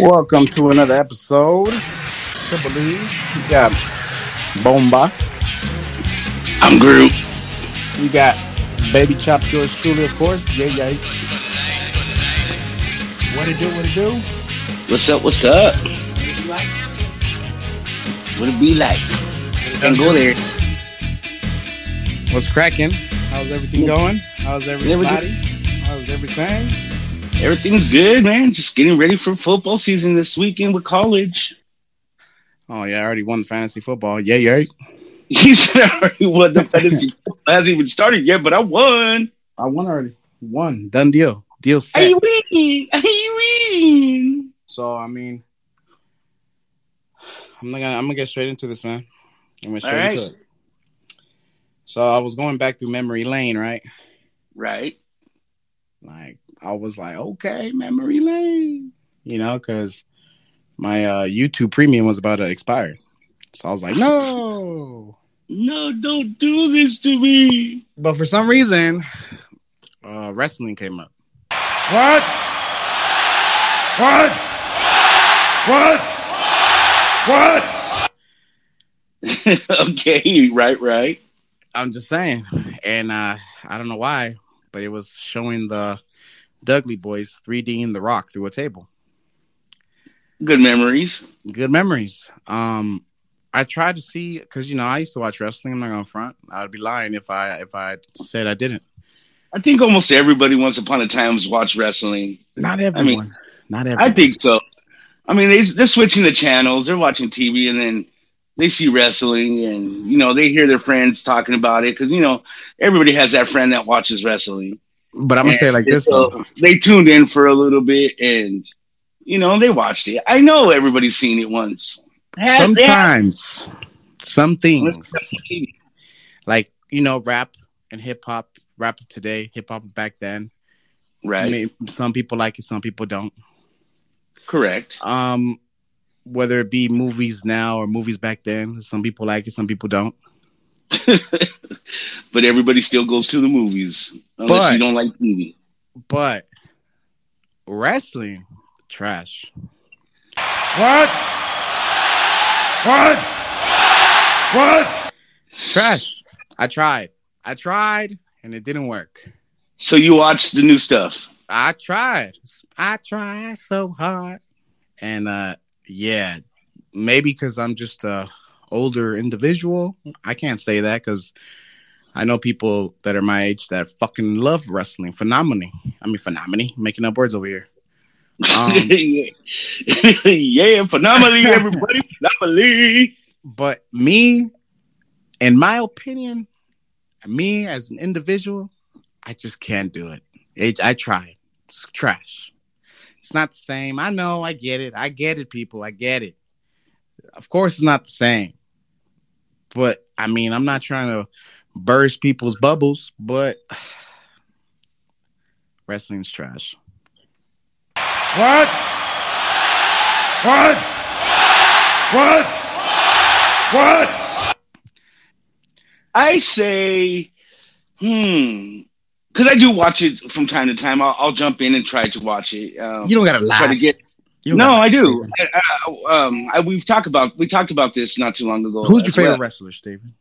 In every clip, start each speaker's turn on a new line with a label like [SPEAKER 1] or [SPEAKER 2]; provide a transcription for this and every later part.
[SPEAKER 1] Welcome to another episode. I believe you got Bomba,
[SPEAKER 2] I'm Groot.
[SPEAKER 1] you got Baby Chop Yours Truly, of course. Yeah, yeah. What it do? What it do?
[SPEAKER 2] What's up? What's up? What it be like? And go there.
[SPEAKER 1] What's cracking? How's everything going? How's
[SPEAKER 2] Yeah, we do.
[SPEAKER 1] everybody? How's everything?
[SPEAKER 2] Everything's good, man. Just getting ready for football season this weekend with college.
[SPEAKER 1] Oh yeah, I already won fantasy football. Yeah, yeah.
[SPEAKER 2] You said I already won the fantasy. It hasn't even started yet, but I won.
[SPEAKER 1] I won already. Won. Done deal. Deal set.
[SPEAKER 2] I win. I win.
[SPEAKER 1] So I mean, I'm not gonna I'm gonna get straight into this, man. I'm gonna
[SPEAKER 2] All
[SPEAKER 1] straight
[SPEAKER 2] right.
[SPEAKER 1] into it. So I was going back through memory lane, right?
[SPEAKER 2] Right.
[SPEAKER 1] Like I was like, okay, memory lane, you know, because my uh, YouTube Premium was about to expire. So I was like, no.
[SPEAKER 2] No, don't do this to me.
[SPEAKER 1] But for some reason, uh, wrestling came up.
[SPEAKER 3] What? What? What? What?
[SPEAKER 2] okay. Right. Right.
[SPEAKER 1] I'm just saying, and uh, I don't know why, but it was showing the Dudley Boys 3Ding the Rock through a table.
[SPEAKER 2] Good memories.
[SPEAKER 1] good memories. Um, I tried to see because you know I used to watch wrestling. I'm not gonna front. I'd be lying if I if I said I didn't.
[SPEAKER 2] I think almost everybody once upon a time has watched wrestling.
[SPEAKER 1] Not
[SPEAKER 2] everyone.
[SPEAKER 1] not everyone.
[SPEAKER 2] I think so. I mean, they, they're switching the channels. They're watching TV, and then they see wrestling, and you know, they hear their friends talking about it because you know everybody has that friend that watches wrestling.
[SPEAKER 1] but I'm gonna say it like
[SPEAKER 2] And
[SPEAKER 1] this:
[SPEAKER 2] so
[SPEAKER 1] though.
[SPEAKER 2] they tuned in for a little bit, and you know, they watched it. I know everybody's seen it once. Has- they have-
[SPEAKER 1] sometimes some things
[SPEAKER 2] Let's go to TV.
[SPEAKER 1] like you know rap and hip hop, rap of today, hip hop of back then. I
[SPEAKER 2] Right,
[SPEAKER 1] mean, some people like it, some people don't.
[SPEAKER 2] correct.
[SPEAKER 1] Um, whether it be movies now or movies back then, some people like it, some people don't.
[SPEAKER 2] But everybody still goes to the movies unless
[SPEAKER 1] But-
[SPEAKER 2] you don't like TV.
[SPEAKER 1] But wrestling, trash.
[SPEAKER 3] What? What? What?
[SPEAKER 1] Trash. I tried. I tried and it didn't work.
[SPEAKER 2] So you watch the new stuff.
[SPEAKER 1] I tried. I tried so hard. And uh yeah, maybe cuz I'm just a older individual, I can't say that cuz I know people that are my age that fucking love wrestling. Phenomenon. I mean phenomenon, making up words over here. Um
[SPEAKER 2] yeah, phenomenally, everybody, phenomenally.
[SPEAKER 1] but me in my opinion, me as an individual, I just can't do it. it I tried. It's trash. It's not the same. I know. I get it. I get it, people. I get it. Of course, it's not the same. But I mean, I'm not trying to burst people's bubbles, but wrestling's trash.
[SPEAKER 3] What? What? What? What?
[SPEAKER 2] I say, hmm, because I do watch it from time to time. I'll, I'll jump in and try to watch it. Um,
[SPEAKER 1] You don't gotta lie.
[SPEAKER 2] try to get.
[SPEAKER 1] You don't
[SPEAKER 2] No,
[SPEAKER 1] gotta
[SPEAKER 2] I do.
[SPEAKER 1] lie,
[SPEAKER 2] I, I, um, I, we've talked about we talked about this not too long ago.
[SPEAKER 1] Steven. Who's your
[SPEAKER 2] as
[SPEAKER 1] favorite
[SPEAKER 2] well.
[SPEAKER 1] wrestler, Steven?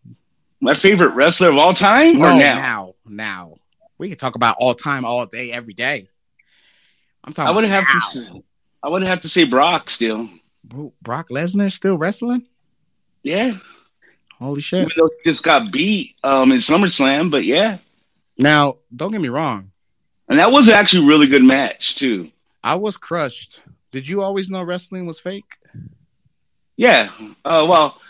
[SPEAKER 2] My favorite wrestler of all time, or
[SPEAKER 1] No,
[SPEAKER 2] now?
[SPEAKER 1] now, now. We can talk about all time, all day, every day. I'm talking.
[SPEAKER 2] I would
[SPEAKER 1] about
[SPEAKER 2] have to.
[SPEAKER 1] now.
[SPEAKER 2] s- I would have to say Brock still.
[SPEAKER 1] Bro, Brock Lesnar still wrestling?
[SPEAKER 2] Yeah,
[SPEAKER 1] Holy
[SPEAKER 2] even
[SPEAKER 1] shit!
[SPEAKER 2] though he just got beat um, in SummerSlam, but yeah,
[SPEAKER 1] Now, don't get me wrong.
[SPEAKER 2] and that was actually a really good match too.
[SPEAKER 1] I was crushed. Did you always know wrestling was fake?
[SPEAKER 2] Yeah. Uh, well,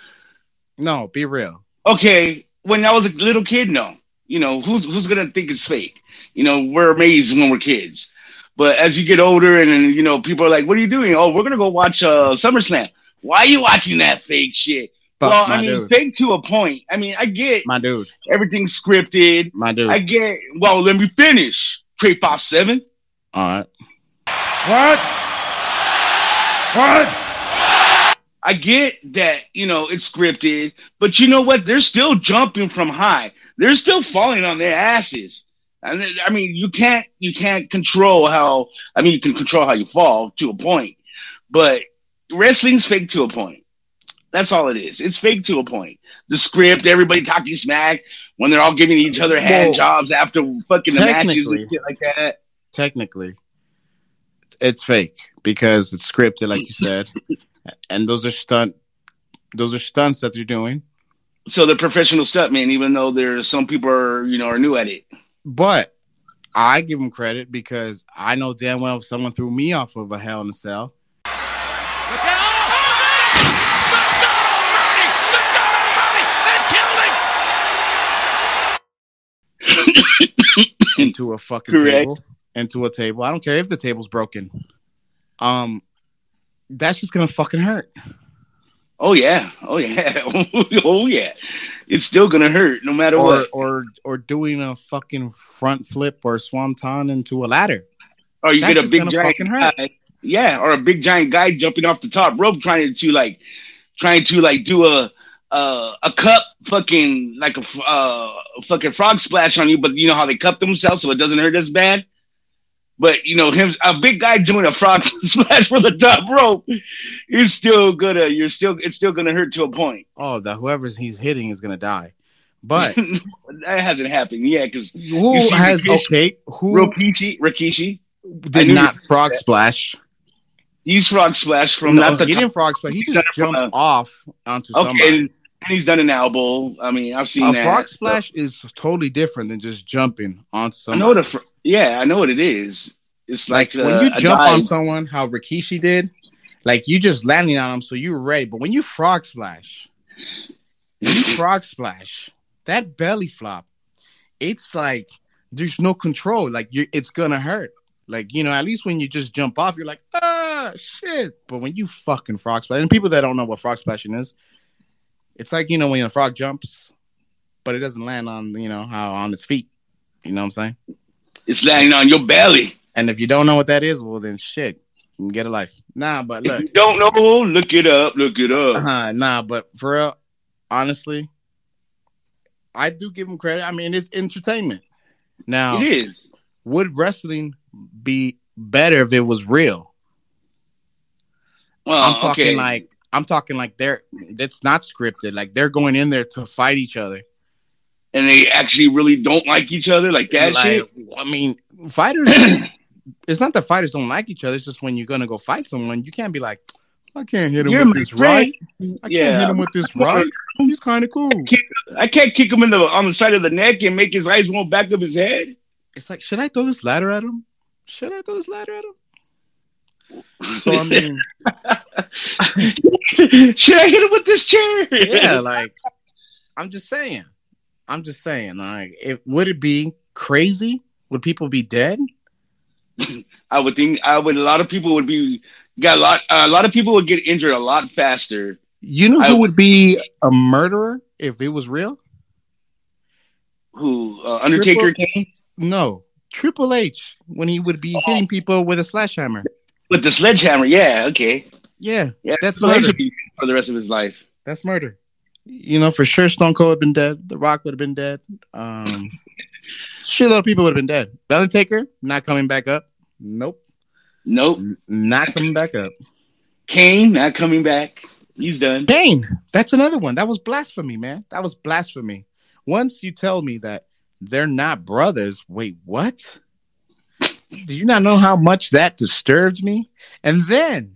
[SPEAKER 1] No, be real.
[SPEAKER 2] okay, when I was a little kid, no. You know, who's who's gonna think it's fake? You know, we're amazed when we're kids. But as you get older and, then, you know, people are like, What are you doing? Oh, we're gonna go watch uh SummerSlam. Why are you watching that fake shit?
[SPEAKER 1] Fuck
[SPEAKER 2] well,
[SPEAKER 1] my
[SPEAKER 2] I mean,
[SPEAKER 1] dude.
[SPEAKER 2] fake to a point. I mean, I get
[SPEAKER 1] My dude.
[SPEAKER 2] everything's scripted.
[SPEAKER 1] My dude.
[SPEAKER 2] I get well, let me finish. Trey Five Seven.
[SPEAKER 1] all right.
[SPEAKER 3] What? What?
[SPEAKER 2] I get that, you know, it's scripted, but you know what? They're still jumping from high. They're still falling on their asses. And then- I mean, you can't you can't control how I mean, you can control how you fall to a point. But wrestling's fake to a point. That's all it is. It's fake to a point. The script, everybody talking smack when they're all giving each other hand
[SPEAKER 1] Well,
[SPEAKER 2] jobs after fucking the matches
[SPEAKER 1] technically-
[SPEAKER 2] and shit like that.
[SPEAKER 1] technically it's fake because it's scripted like you said and those are stunt those are stunts that they're doing
[SPEAKER 2] So they're professional stuntmen, even though there's some people are you know are new at it.
[SPEAKER 1] but i give them credit because i know damn well if someone threw me off of a hell in a cell into a fucking
[SPEAKER 2] Correct.
[SPEAKER 1] table into a table i don't care if the table's broken um that's just gonna fucking hurt
[SPEAKER 2] Oh yeah, oh yeah, oh yeah. It's still gonna hurt no matter
[SPEAKER 1] or
[SPEAKER 2] what.
[SPEAKER 1] or or doing a fucking front flip or swanton into a ladder
[SPEAKER 2] Or you
[SPEAKER 1] That's
[SPEAKER 2] get a
[SPEAKER 1] just
[SPEAKER 2] big
[SPEAKER 1] gonna
[SPEAKER 2] giant
[SPEAKER 1] fucking hurt.
[SPEAKER 2] guy- yeah, or a big giant guy jumping off the top rope trying to like trying to like do a uh, a cup fucking like a f- uh, fucking frog splash on you, but you know how they cup themselves so it doesn't hurt as bad. But you know him, a big guy doing a frog splash from the top rope is still gonna you're still it's still gonna hurt to a point.
[SPEAKER 1] oh that whoever's he's hitting is gonna die but
[SPEAKER 2] that hasn't happened, yeah, because
[SPEAKER 1] Who
[SPEAKER 2] You see
[SPEAKER 1] has
[SPEAKER 2] Rikishi-
[SPEAKER 1] okay? Who
[SPEAKER 2] Rikishi, Rikishi, I
[SPEAKER 1] did
[SPEAKER 2] knew
[SPEAKER 1] not
[SPEAKER 2] you-
[SPEAKER 1] frog splash?
[SPEAKER 2] he's frog splash from
[SPEAKER 1] no,
[SPEAKER 2] not the
[SPEAKER 1] he
[SPEAKER 2] top
[SPEAKER 1] didn't frog splash. He
[SPEAKER 2] He's
[SPEAKER 1] just
[SPEAKER 2] done it from
[SPEAKER 1] jumped
[SPEAKER 2] a-
[SPEAKER 1] off onto
[SPEAKER 2] Okay,
[SPEAKER 1] somebody.
[SPEAKER 2] and he's done an elbow. I mean, I've seen
[SPEAKER 1] A
[SPEAKER 2] that.
[SPEAKER 1] Uh, frog splash is totally different than just jumping on
[SPEAKER 2] I know
[SPEAKER 1] someone.
[SPEAKER 2] what a fr- yeah, I know what it is. It's like,
[SPEAKER 1] Like
[SPEAKER 2] uh,
[SPEAKER 1] when you
[SPEAKER 2] a
[SPEAKER 1] jump on
[SPEAKER 2] dive.
[SPEAKER 1] someone, how Rikishi did, like you just landing on them, so you're ready. But when you frog splash, when you frog splash, that belly flop, it's like there's no control. Like you, it's gonna hurt. Like you know, at least when you just jump off, you're like, ah, shit. But when you fucking frog splash, and people that don't know what frog splashing is, it's like you know when a frog jumps, but it doesn't land on you know how on its feet. You know what I'm saying?
[SPEAKER 2] it's landing on your belly.
[SPEAKER 1] And if you don't know what that is, well then shit, you can get a life. Nah, but
[SPEAKER 2] If
[SPEAKER 1] look,
[SPEAKER 2] you don't know, look it up. Look it up.
[SPEAKER 1] uh, nah, but for real, honestly, I do give him credit. I mean, it's entertainment. Now,
[SPEAKER 2] It is.
[SPEAKER 1] would wrestling be better if it was real?
[SPEAKER 2] Well,
[SPEAKER 1] I'm talking
[SPEAKER 2] Oh, okay.
[SPEAKER 1] like I'm talking like they're that's not scripted. Like they're going in there to fight each other.
[SPEAKER 2] and they actually really don't like each other like that
[SPEAKER 1] Like,
[SPEAKER 2] shit.
[SPEAKER 1] I mean, fighters. it's not that fighters don't like each other. It's just when you're gonna go fight someone, you can't be like, I can't hit him
[SPEAKER 2] You're
[SPEAKER 1] with
[SPEAKER 2] my
[SPEAKER 1] this
[SPEAKER 2] friend.
[SPEAKER 1] right. I can't hit
[SPEAKER 2] Yeah,
[SPEAKER 1] him with this right. He's kind of cool.
[SPEAKER 2] I can't kick him in the on the side of the neck and make his eyes roll back of his head.
[SPEAKER 1] It's like, should I throw this ladder at him? Should I throw this ladder at him? So I mean,
[SPEAKER 2] Should I hit him with this chair?
[SPEAKER 1] yeah, like I'm just saying, I'm just saying, like, it, would it be crazy? Would people be dead?
[SPEAKER 2] I would think I would. A lot of people would be got a lot. a lot of people would get injured a lot faster.
[SPEAKER 1] You know
[SPEAKER 2] I
[SPEAKER 1] who
[SPEAKER 2] would-
[SPEAKER 1] would be a murderer if it was real?
[SPEAKER 2] Who uh, Undertaker came
[SPEAKER 1] No, Triple H when he would be
[SPEAKER 2] Oh.
[SPEAKER 1] hitting people with a slash hammer.
[SPEAKER 2] with the sledgehammer? Yeah, okay.
[SPEAKER 1] Yeah,
[SPEAKER 2] Yeah,
[SPEAKER 1] That's
[SPEAKER 2] Triple H
[SPEAKER 1] murder.
[SPEAKER 2] would be for the rest of his life.
[SPEAKER 1] that's murder. You know, for sure, Stone Cold would have been dead. The Rock would have been dead. Um, shitload of people would have been dead. The Undertaker not coming back up. Nope.
[SPEAKER 2] Nope.
[SPEAKER 1] N- not coming back up.
[SPEAKER 2] Kane not coming back. He's done.
[SPEAKER 1] Kane, that's another one. That was blasphemy, man. That was blasphemy. Once you tell me that they're not brothers, wait, what? Do you not know how much that disturbed me? And then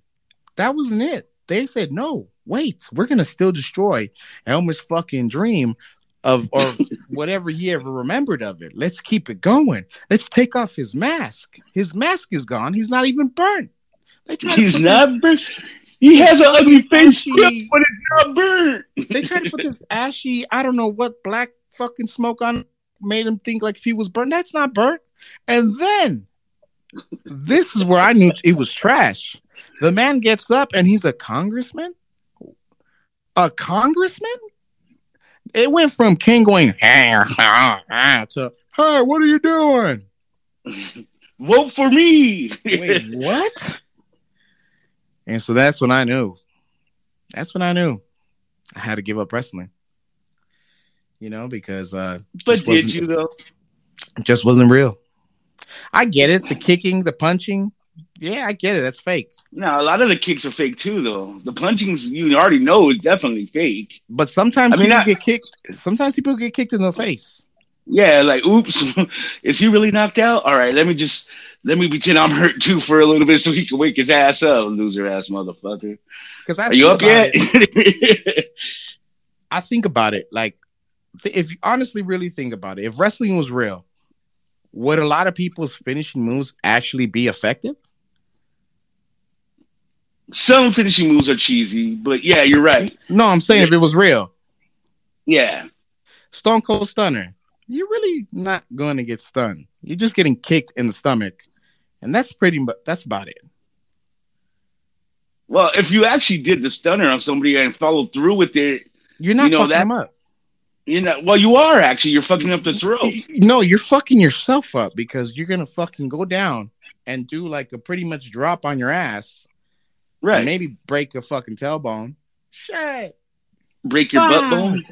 [SPEAKER 1] that wasn't it. They said, no, wait, we're going to still destroy Elmer's fucking dream of, or whatever he ever remembered of it. Let's keep it going. Let's take off his mask. His mask is gone. He's not even burnt. They tried to
[SPEAKER 2] He's
[SPEAKER 1] put
[SPEAKER 2] not. Burnt. He has an ugly face, still, but
[SPEAKER 1] Ashy.
[SPEAKER 2] it's not burnt.
[SPEAKER 1] They tried to put this ashy, I don't know what black fucking smoke on, made him think like if he was burnt. That's not burnt. And then this is where I knew it was trash. The man gets up and he's a congressman. A congressman? It went from King going to Hey, what are you doing?
[SPEAKER 2] Vote for me.
[SPEAKER 1] Wait, what? And so that's when I knew. That's when I knew I had to give up wrestling. You know, because uh
[SPEAKER 2] but
[SPEAKER 1] just
[SPEAKER 2] did
[SPEAKER 1] wasn't-
[SPEAKER 2] you though?
[SPEAKER 1] it just wasn't real. I get it, the kicking, the punching, yeah, I get it. That's fake.
[SPEAKER 2] Now a lot of the kicks are fake too, though. The punchings you already know is definitely fake.
[SPEAKER 1] But sometimes
[SPEAKER 2] I mean,
[SPEAKER 1] people
[SPEAKER 2] I-
[SPEAKER 1] get kicked. Sometimes people get kicked in the face.
[SPEAKER 2] Yeah, like oops, is he really knocked out? All right, let me just let me pretend I'm hurt too for a little bit so he can wake his ass up, loser ass motherfucker.
[SPEAKER 1] Because I
[SPEAKER 2] Are you
[SPEAKER 1] think
[SPEAKER 2] up
[SPEAKER 1] about
[SPEAKER 2] yet?
[SPEAKER 1] it- I think about it. Like, th- if you honestly really think about it, if wrestling was real, would a lot of people's finishing moves actually be effective?
[SPEAKER 2] Some finishing moves are cheesy, but yeah, you're right.
[SPEAKER 1] No, I'm saying if it was real,
[SPEAKER 2] Yeah.
[SPEAKER 1] Stone Cold Stunner, you're really not going to get stunned. You're just getting kicked in the stomach, and that's pretty. mu that's about it.
[SPEAKER 2] Well, if you actually did the stunner on somebody and followed through with it,
[SPEAKER 1] You're not
[SPEAKER 2] You know
[SPEAKER 1] fucking
[SPEAKER 2] that-
[SPEAKER 1] them up.
[SPEAKER 2] you know, well, you are actually you're fucking up the throat.
[SPEAKER 1] Y- No, you're fucking yourself up because you're gonna fucking go down and do like a pretty much drop on your ass, and
[SPEAKER 2] Right.
[SPEAKER 1] maybe break a fucking tailbone. Shit.
[SPEAKER 2] Break your butt bone.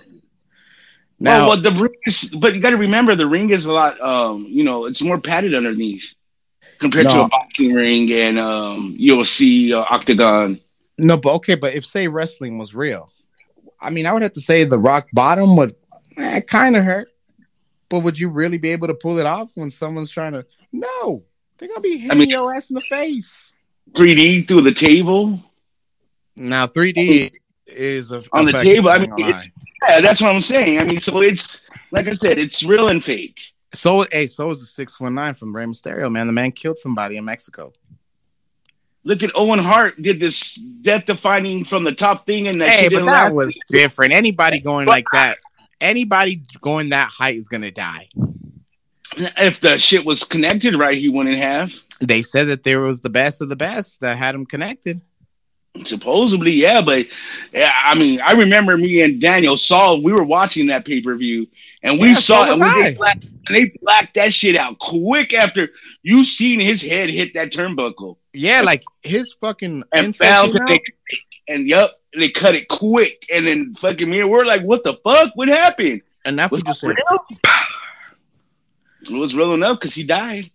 [SPEAKER 1] Now,
[SPEAKER 2] Oh, well, well, the ring is, but you got to remember the ring is a lot. Um, you know, it's more padded underneath compared to
[SPEAKER 1] No.
[SPEAKER 2] a boxing ring and um UFC uh, octagon.
[SPEAKER 1] no, but okay, but if say wrestling was real, I mean, I would have to say the rock bottom would eh, kind of hurt, but would you really be able to pull it off when someone's trying to? No, they're gonna be hitting
[SPEAKER 2] mean-
[SPEAKER 1] your ass in the face.
[SPEAKER 2] 3D through the table.
[SPEAKER 1] Now, 3D is a,
[SPEAKER 2] On the
[SPEAKER 1] effective,
[SPEAKER 2] table, I
[SPEAKER 1] not
[SPEAKER 2] mean,
[SPEAKER 1] gonna
[SPEAKER 2] it's-
[SPEAKER 1] lie.
[SPEAKER 2] Yeah, that's what I'm saying. I mean, so it's like I said, it's real and fake.
[SPEAKER 1] So hey, so is the six one nine from Rey Mysterio, man. The man killed somebody in Mexico.
[SPEAKER 2] Look at Owen Hart did this death defining from the top thing, and that
[SPEAKER 1] hey,
[SPEAKER 2] shit
[SPEAKER 1] but
[SPEAKER 2] didn't
[SPEAKER 1] that
[SPEAKER 2] last.
[SPEAKER 1] was different. Anybody going
[SPEAKER 2] But-
[SPEAKER 1] like that, anybody going that height is gonna die.
[SPEAKER 2] if the shit was connected right, he wouldn't have.
[SPEAKER 1] They said that there was the best of the best that had him connected.
[SPEAKER 2] Supposedly, yeah, but yeah, I mean, I remember me and Daniel saw we were watching that pay per view, and we
[SPEAKER 1] Yeah, so
[SPEAKER 2] saw
[SPEAKER 1] was
[SPEAKER 2] it, and,
[SPEAKER 1] I.
[SPEAKER 2] we did black- and they blacked that shit out quick after you seen his head hit that turnbuckle
[SPEAKER 1] Yeah, like his fucking
[SPEAKER 2] and
[SPEAKER 1] info
[SPEAKER 2] fell
[SPEAKER 1] came
[SPEAKER 2] to
[SPEAKER 1] out.
[SPEAKER 2] the and yep, they cut it quick, and then fucking me, and we're like, what the fuck? What happened?
[SPEAKER 1] and that's
[SPEAKER 2] Was
[SPEAKER 1] what just
[SPEAKER 2] that real? It was real enough because he died.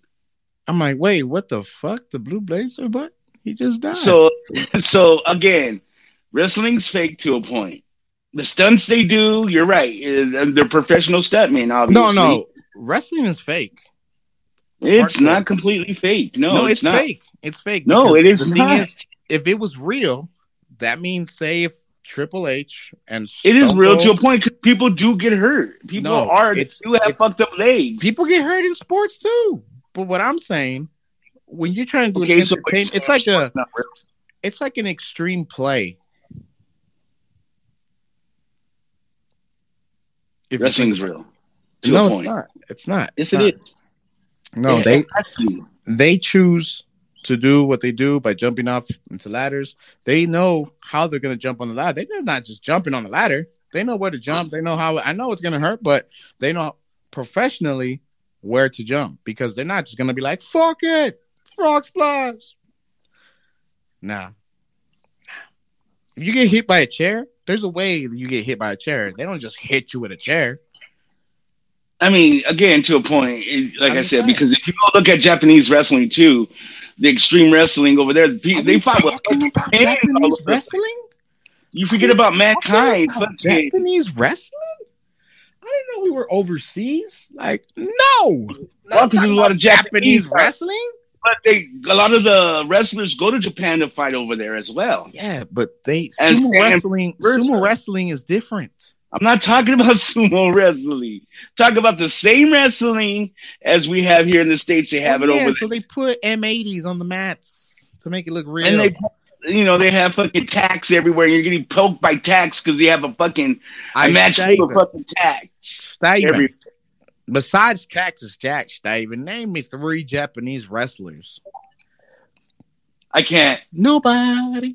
[SPEAKER 1] I'm like, wait, what the fuck? The blue blazer, but he just died.
[SPEAKER 2] So, so again, wrestling's fake to a point. The stunts they do, you're right. eh, They're professional stuntmen,
[SPEAKER 1] no,
[SPEAKER 2] obviously.
[SPEAKER 1] no, wrestling is fake.
[SPEAKER 2] It's
[SPEAKER 1] Hardcore.
[SPEAKER 2] not completely fake. No, it's, not.
[SPEAKER 1] fake. It's fake.
[SPEAKER 2] No,
[SPEAKER 1] because
[SPEAKER 2] it is
[SPEAKER 1] the
[SPEAKER 2] not.
[SPEAKER 1] Thing is, if it was real, that means say if Triple H and
[SPEAKER 2] it is
[SPEAKER 1] Stone
[SPEAKER 2] real
[SPEAKER 1] Cold-
[SPEAKER 2] to a point. 'cause People do get hurt. People
[SPEAKER 1] No,
[SPEAKER 2] are
[SPEAKER 1] it's-
[SPEAKER 2] do have
[SPEAKER 1] it's-
[SPEAKER 2] fucked up legs.
[SPEAKER 1] People get hurt in sports too. But what I'm saying, when you're trying to do
[SPEAKER 2] Okay,
[SPEAKER 1] an
[SPEAKER 2] so
[SPEAKER 1] entertain,
[SPEAKER 2] it's-
[SPEAKER 1] it's like a
[SPEAKER 2] Not real.
[SPEAKER 1] it's like an extreme play. If you think
[SPEAKER 2] Wrestling's
[SPEAKER 1] about
[SPEAKER 2] real.
[SPEAKER 1] it.
[SPEAKER 2] To
[SPEAKER 1] no,
[SPEAKER 2] a
[SPEAKER 1] it's
[SPEAKER 2] point.
[SPEAKER 1] not. It's not. It's
[SPEAKER 2] Yes, it is.
[SPEAKER 1] not. No,
[SPEAKER 2] Yeah,
[SPEAKER 1] they
[SPEAKER 2] it has to be.
[SPEAKER 1] they choose to do what they do by jumping off into ladders. They know how they're going to jump on the ladder. They're not just jumping on the ladder. They know where to jump. They know how. I know it's going to hurt, but they know professionally where to jump because they're not just going to be like "fuck it, frog splash." Nah. If you get hit by a chair, there's a way that you get hit by a chair. They don't just hit you with a chair.
[SPEAKER 2] I mean, again, to a point, it, like
[SPEAKER 1] I'm
[SPEAKER 2] I
[SPEAKER 1] just
[SPEAKER 2] said,
[SPEAKER 1] saying.
[SPEAKER 2] because if you go look at Japanese wrestling too, the extreme wrestling over there, pe- they fight with.
[SPEAKER 1] about
[SPEAKER 2] hands all
[SPEAKER 1] Japanese
[SPEAKER 2] over the
[SPEAKER 1] wrestling.
[SPEAKER 2] You forget about
[SPEAKER 1] Talking
[SPEAKER 2] mankind.
[SPEAKER 1] about
[SPEAKER 2] fucking-
[SPEAKER 1] Japanese wrestling? I didn't know we were overseas. Like, no.
[SPEAKER 2] Well, 'cause there's a lot of Japanese
[SPEAKER 1] wrestling?
[SPEAKER 2] But they, a lot of the wrestlers go to Japan to fight over there as well.
[SPEAKER 1] Yeah, but they
[SPEAKER 2] And-
[SPEAKER 1] sumo
[SPEAKER 2] and
[SPEAKER 1] wrestling
[SPEAKER 2] wrestling.
[SPEAKER 1] sumo wrestling is different.
[SPEAKER 2] I'm not talking about sumo wrestling. Talk about the same wrestling as we have here in the states. They have it
[SPEAKER 1] Oh, yeah,
[SPEAKER 2] over
[SPEAKER 1] so they put M80s on the mats to make it look real.
[SPEAKER 2] there, and they, you know, they have fucking tacks everywhere. You're getting poked by tacks because they have a fucking a match full of
[SPEAKER 1] Steven,
[SPEAKER 2] fucking tacks.
[SPEAKER 1] Steven.
[SPEAKER 2] every-
[SPEAKER 1] Besides Cactus Jack, Steven, name me three Japanese wrestlers.
[SPEAKER 2] I can't.
[SPEAKER 1] Nobody.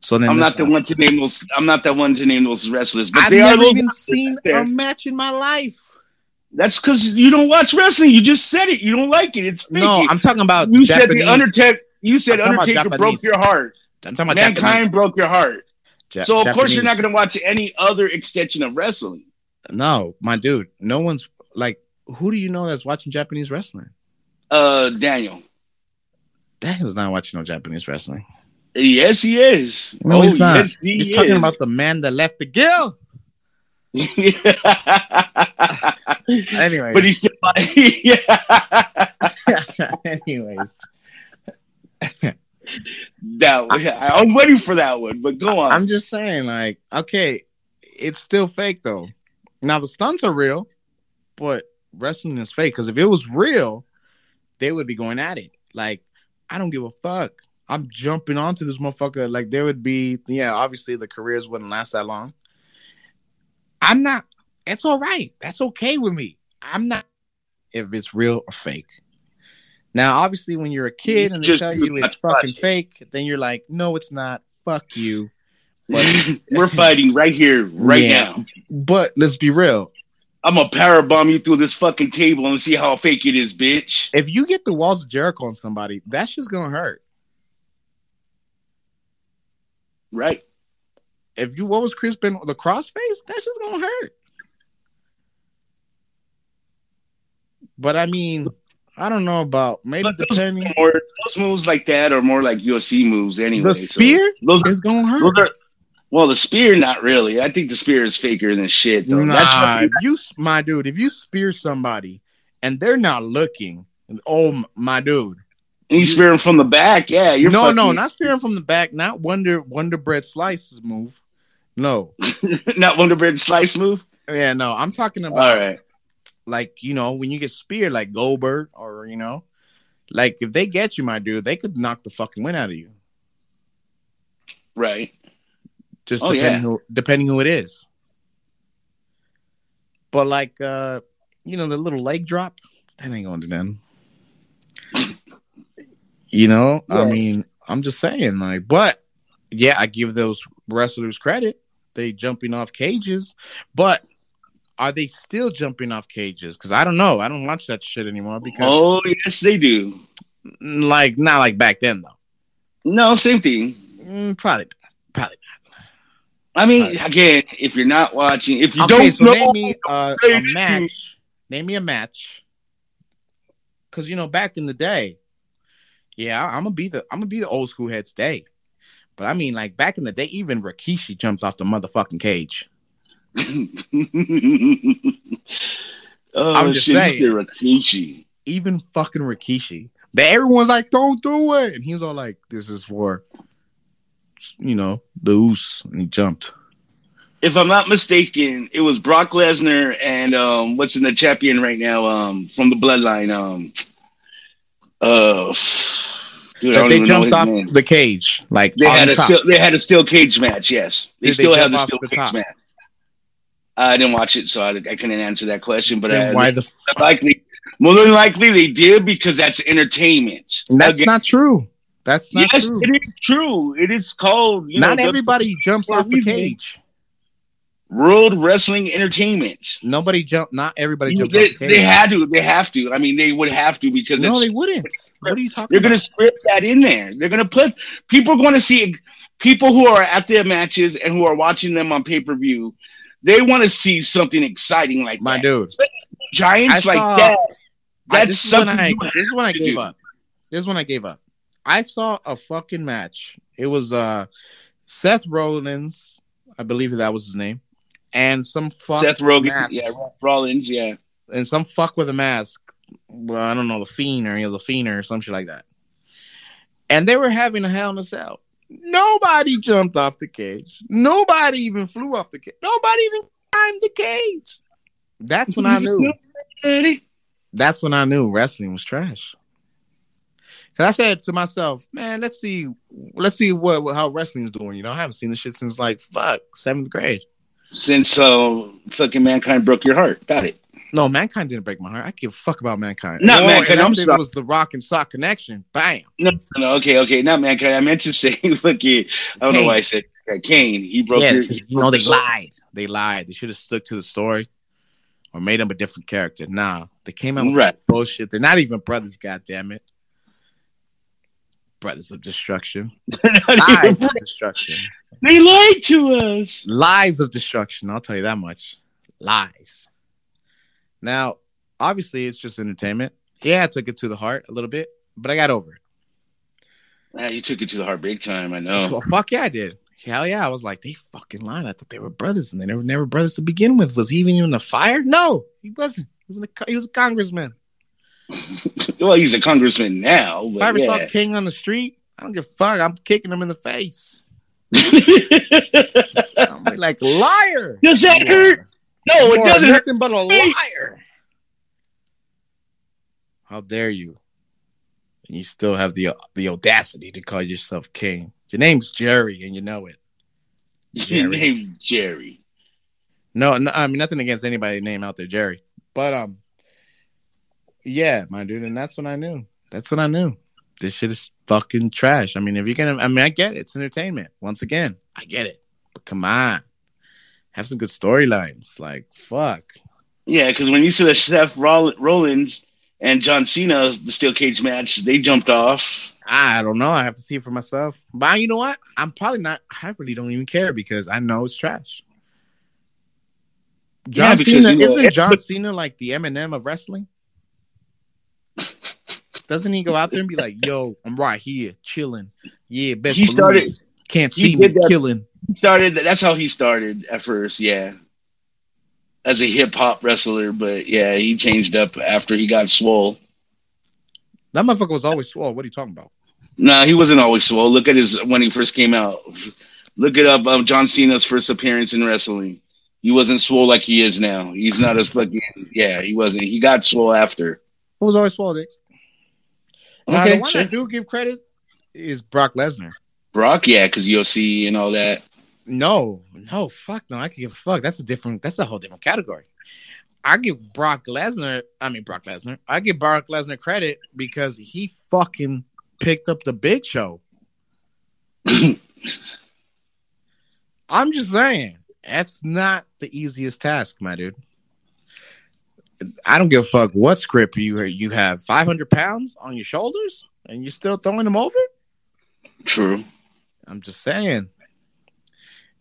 [SPEAKER 1] So then
[SPEAKER 2] I'm
[SPEAKER 1] this
[SPEAKER 2] not the one to name those. I'm not the one to name those wrestlers. But
[SPEAKER 1] I've
[SPEAKER 2] they are
[SPEAKER 1] never
[SPEAKER 2] those.
[SPEAKER 1] even seen
[SPEAKER 2] there.
[SPEAKER 1] a match in my life.
[SPEAKER 2] That's because you don't watch wrestling. You just said it. You don't like it. It's fake.
[SPEAKER 1] No, I'm talking about
[SPEAKER 2] you said
[SPEAKER 1] Japanese.
[SPEAKER 2] the Undertaker. You said
[SPEAKER 1] I'm talking about
[SPEAKER 2] Undertaker
[SPEAKER 1] Japanese.
[SPEAKER 2] broke your heart.
[SPEAKER 1] I'm talking about
[SPEAKER 2] Mankind
[SPEAKER 1] Japanese.
[SPEAKER 2] broke your heart.
[SPEAKER 1] Ja-
[SPEAKER 2] so of course you're
[SPEAKER 1] Japanese.
[SPEAKER 2] not going to watch any other extension of wrestling.
[SPEAKER 1] No, my dude. No one's like. Who do you know that's watching Japanese wrestling?
[SPEAKER 2] Uh, Daniel.
[SPEAKER 1] Daniel's not watching no Japanese wrestling.
[SPEAKER 2] Yes, he is. Oh,
[SPEAKER 1] No, he's not.
[SPEAKER 2] yes, he
[SPEAKER 1] He's talking
[SPEAKER 2] is.
[SPEAKER 1] about the man that left the guild. Anyway,
[SPEAKER 2] but he's still. yeah.
[SPEAKER 1] anyways,
[SPEAKER 2] That one. I was waiting for that one, but go on.
[SPEAKER 1] I'm just saying, like, okay, it's still fake though. Now the stunts are real, but wrestling is fake. Because if it was real, they would be going at it. Like, I don't give a fuck. I'm jumping onto this motherfucker. Like, there would be, yeah, obviously the careers wouldn't last that long. I'm not. It's all right. That's okay with me. I'm not. If it's real or fake. Now, obviously, when you're a kid and they
[SPEAKER 2] Just
[SPEAKER 1] tell
[SPEAKER 2] do
[SPEAKER 1] you it's
[SPEAKER 2] not touch
[SPEAKER 1] fucking
[SPEAKER 2] it.
[SPEAKER 1] fake, then you're like, no, it's not. Fuck you.
[SPEAKER 2] We're fighting right here, right
[SPEAKER 1] Yeah.
[SPEAKER 2] now.
[SPEAKER 1] But let's be real.
[SPEAKER 2] I'm gonna powerbomb you through this fucking table and see how fake it is, bitch.
[SPEAKER 1] If you get the walls of Jericho on somebody, that shit's gonna hurt.
[SPEAKER 2] Right?
[SPEAKER 1] If you what was Chris Benoit the crossface, that shit's gonna hurt. But I mean, I don't know about maybe
[SPEAKER 2] But those-
[SPEAKER 1] depending
[SPEAKER 2] Or those moves like that are more like UFC moves anyway.
[SPEAKER 1] Mm-hmm. the
[SPEAKER 2] so
[SPEAKER 1] spear
[SPEAKER 2] those,
[SPEAKER 1] is gonna
[SPEAKER 2] those
[SPEAKER 1] hurt.
[SPEAKER 2] are, well, the spear, not really. I think the spear is faker than shit, though. That's
[SPEAKER 1] Nah,
[SPEAKER 2] why-
[SPEAKER 1] if you my dude, if you spear somebody and they're not looking, oh m- my dude.
[SPEAKER 2] and you spear him from the back. Yeah, you're
[SPEAKER 1] no, no,
[SPEAKER 2] fucking-
[SPEAKER 1] not spearing from the back, not Wonder Wonder Bread Slices move. No.
[SPEAKER 2] not Wonder Bread slice move.
[SPEAKER 1] Yeah, no, I'm talking about
[SPEAKER 2] All right.
[SPEAKER 1] like you know when you get speared like Goldberg or you know like if they get you my dude they could knock the fucking wind out of you
[SPEAKER 2] Right.
[SPEAKER 1] just
[SPEAKER 2] Oh,
[SPEAKER 1] depending
[SPEAKER 2] yeah.
[SPEAKER 1] who depending who it is but like uh you know the little leg drop that ain't gonna do nothing you know I
[SPEAKER 2] Yeah.
[SPEAKER 1] mean I'm just saying like but yeah I give those wrestlers credit they jumping off cages but are they still jumping off cages because I don't know I don't watch that shit anymore because
[SPEAKER 2] Oh yes, they do.
[SPEAKER 1] like not like back then though.
[SPEAKER 2] No, same thing.
[SPEAKER 1] Mm, probably, probably.
[SPEAKER 2] I mean,
[SPEAKER 1] Right.
[SPEAKER 2] again, if you're not watching, if you
[SPEAKER 1] Not. Okay,
[SPEAKER 2] don't
[SPEAKER 1] so
[SPEAKER 2] know,
[SPEAKER 1] name me uh, a match. Name me a match. Cause you know, back in the day, yeah, I'm gonna be the I'm gonna be the old school head today. But I mean, like back in the day, even Rikishi jumped off the motherfucking cage.
[SPEAKER 2] oh
[SPEAKER 1] I'm just
[SPEAKER 2] shit,
[SPEAKER 1] saying.
[SPEAKER 2] you said Rikishi.
[SPEAKER 1] Even fucking Rikishi. That everyone's like, don't do it, and he's all like, "This is for, you know, loose," and he jumped.
[SPEAKER 2] If I'm not mistaken, it was Brock Lesnar and um, what's in the champion right now um, from the Bloodline. Um, uh, dude,
[SPEAKER 1] But
[SPEAKER 2] I don't
[SPEAKER 1] they
[SPEAKER 2] even know
[SPEAKER 1] jumped
[SPEAKER 2] his
[SPEAKER 1] off
[SPEAKER 2] name.
[SPEAKER 1] the cage, like
[SPEAKER 2] They
[SPEAKER 1] on
[SPEAKER 2] had
[SPEAKER 1] the
[SPEAKER 2] a
[SPEAKER 1] top.
[SPEAKER 2] steel, they had a steel cage match. Yes,
[SPEAKER 1] Did
[SPEAKER 2] they
[SPEAKER 1] they
[SPEAKER 2] still
[SPEAKER 1] jump
[SPEAKER 2] have the
[SPEAKER 1] off
[SPEAKER 2] steel
[SPEAKER 1] the
[SPEAKER 2] cage
[SPEAKER 1] top?
[SPEAKER 2] match. I didn't watch it, so I, I couldn't answer that question. But
[SPEAKER 1] Then
[SPEAKER 2] I,
[SPEAKER 1] why the
[SPEAKER 2] likely, more than likely, they did because that's entertainment.
[SPEAKER 1] That's
[SPEAKER 2] Again,
[SPEAKER 1] not true. That's not
[SPEAKER 2] yes,
[SPEAKER 1] true.
[SPEAKER 2] it is true. It is called you
[SPEAKER 1] not
[SPEAKER 2] know, the
[SPEAKER 1] everybody jumps
[SPEAKER 2] for a
[SPEAKER 1] off the
[SPEAKER 2] reason.
[SPEAKER 1] cage.
[SPEAKER 2] World Wrestling Entertainment.
[SPEAKER 1] Nobody jump. Not everybody jumps
[SPEAKER 2] They,
[SPEAKER 1] off the cage.
[SPEAKER 2] they had to. They have to. I mean, they would have to because
[SPEAKER 1] no,
[SPEAKER 2] it's,
[SPEAKER 1] they wouldn't. What are you talking
[SPEAKER 2] they're going to
[SPEAKER 1] about?
[SPEAKER 2] script that in there. They're going to put people are going to see people who are at their matches and who are watching them on pay per view. They want to see something exciting like
[SPEAKER 1] My
[SPEAKER 2] that.
[SPEAKER 1] dude,
[SPEAKER 2] Giants
[SPEAKER 1] I saw-
[SPEAKER 2] like that.
[SPEAKER 1] I-
[SPEAKER 2] That's
[SPEAKER 1] this is when
[SPEAKER 2] something.
[SPEAKER 1] I
[SPEAKER 2] you have
[SPEAKER 1] this is when I
[SPEAKER 2] to
[SPEAKER 1] gave
[SPEAKER 2] do.
[SPEAKER 1] up. This is when I gave up. I saw a fucking match. It was uh Seth Rollins, I believe that was his name, and some fuck
[SPEAKER 2] Seth Rogen,
[SPEAKER 1] mask.
[SPEAKER 2] yeah, Rollins, yeah.
[SPEAKER 1] and some fuck with a mask. Well, I don't know, the fiend or he was a fiend or some shit like that. And they were having a hell in a cell. Nobody jumped off the cage. Nobody even flew off the cage. Nobody even climbed the cage. That's when I knew. That's when I knew wrestling was trash. Cause I said to myself, man, let's see, let's see what, what how wrestling's doing. You know, I haven't seen this shit since like fuck seventh grade.
[SPEAKER 2] Since uh, fucking mankind broke your heart, got it.
[SPEAKER 1] No, mankind didn't break my heart. I give a fuck about mankind.
[SPEAKER 2] Not Mankind,
[SPEAKER 1] and I
[SPEAKER 2] I'm
[SPEAKER 1] said
[SPEAKER 2] sorry.
[SPEAKER 1] It was the rock and sock connection. Bam.
[SPEAKER 2] No, no, okay, okay, not mankind. I meant to say fucking. I don't know why I said Kane. He broke
[SPEAKER 1] yeah,
[SPEAKER 2] your.
[SPEAKER 1] 'cause,
[SPEAKER 2] he
[SPEAKER 1] you know
[SPEAKER 2] broke
[SPEAKER 1] they
[SPEAKER 2] your soul.
[SPEAKER 1] lied. They lied. They should have stuck to the story or made him a different character. Nah, they came out with
[SPEAKER 2] Right.
[SPEAKER 1] bullshit. They're not even brothers. goddamn it. Brothers of destruction. Lies of destruction.
[SPEAKER 2] they lied to us.
[SPEAKER 1] Lies of destruction. I'll tell you that much. Lies. Now, obviously, it's just entertainment. Yeah, I took it to the heart a little bit, but I got over it.
[SPEAKER 2] Ah, you took it to the heart big time. I know.
[SPEAKER 1] Well, fuck yeah, I did. Hell yeah, I was like, they fucking lied. I thought they were brothers, and they never, never brothers to begin with. Was he even in the fire? No, he wasn't. He was, in the, co- he was a congressman.
[SPEAKER 2] well, he's a congressman now.
[SPEAKER 1] If I
[SPEAKER 2] But
[SPEAKER 1] ever saw
[SPEAKER 2] yeah.
[SPEAKER 1] King on the street, I don't give a fuck. I'm kicking him in the face. I'm like liar.
[SPEAKER 2] Does that
[SPEAKER 1] You
[SPEAKER 2] hurt?
[SPEAKER 1] are.
[SPEAKER 2] No,
[SPEAKER 1] You
[SPEAKER 2] it
[SPEAKER 1] are
[SPEAKER 2] doesn't hurt.
[SPEAKER 1] nothing but a
[SPEAKER 2] face.
[SPEAKER 1] liar. How dare you? And you still have the the audacity to call yourself king. Your name's Jerry, and you know it.
[SPEAKER 2] Your
[SPEAKER 1] Jerry.
[SPEAKER 2] name Jerry.
[SPEAKER 1] No, no I mean nothing against anybody named out there Jerry, but um, yeah, my dude, and that's what I knew. That's what I knew. This shit is fucking trash. I mean, if you're gonna, I mean, I get it. It's entertainment. Once again, I get it. But come on, have some good storylines. Like fuck.
[SPEAKER 2] Yeah, because when you see the Seth Roll- Rollins and John Cena, the steel cage match, they jumped off.
[SPEAKER 1] I don't know. I have to see it for myself. But you know what? I'm probably not. I really don't even care because I know it's trash. John
[SPEAKER 2] Yeah, because,
[SPEAKER 1] Cena
[SPEAKER 2] you know,
[SPEAKER 1] isn't John
[SPEAKER 2] everybody-
[SPEAKER 1] Cena like the Eminem of wrestling? Doesn't he go out there and be like, "Yo, I'm right here, chilling. Yeah, best
[SPEAKER 2] He
[SPEAKER 1] believe
[SPEAKER 2] started-
[SPEAKER 1] it. Can't
[SPEAKER 2] he
[SPEAKER 1] see me
[SPEAKER 2] did that-
[SPEAKER 1] killing."
[SPEAKER 2] He started. That's how he started at first. Yeah, as a hip hop wrestler, but yeah, he changed up after he got swole.
[SPEAKER 1] That motherfucker was always swole. What are you talking about?
[SPEAKER 2] No, he wasn't always swole. Look at his when he first came out. Look it up. Um, John Cena's first appearance in wrestling. He wasn't swole like he is now. He's not as fucking. Yeah, he wasn't. He got swole after.
[SPEAKER 1] Who was always swole? Dick? Now, the
[SPEAKER 2] Okay,
[SPEAKER 1] one
[SPEAKER 2] sure.
[SPEAKER 1] I do give credit is Brock Lesnar.
[SPEAKER 2] Brock, yeah, because UFC and all that.
[SPEAKER 1] No, no, fuck no. I could give a fuck. That's a different. That's a whole different category. I give Brock Lesnar. I mean Brock Lesnar. I give Brock Lesnar credit because he fucking picked up the Big Show. I'm just saying that's not the easiest task, my dude. I don't give a fuck what script you you have. 500 pounds on your shoulders and you're still throwing them over.
[SPEAKER 2] True.
[SPEAKER 1] I'm just saying.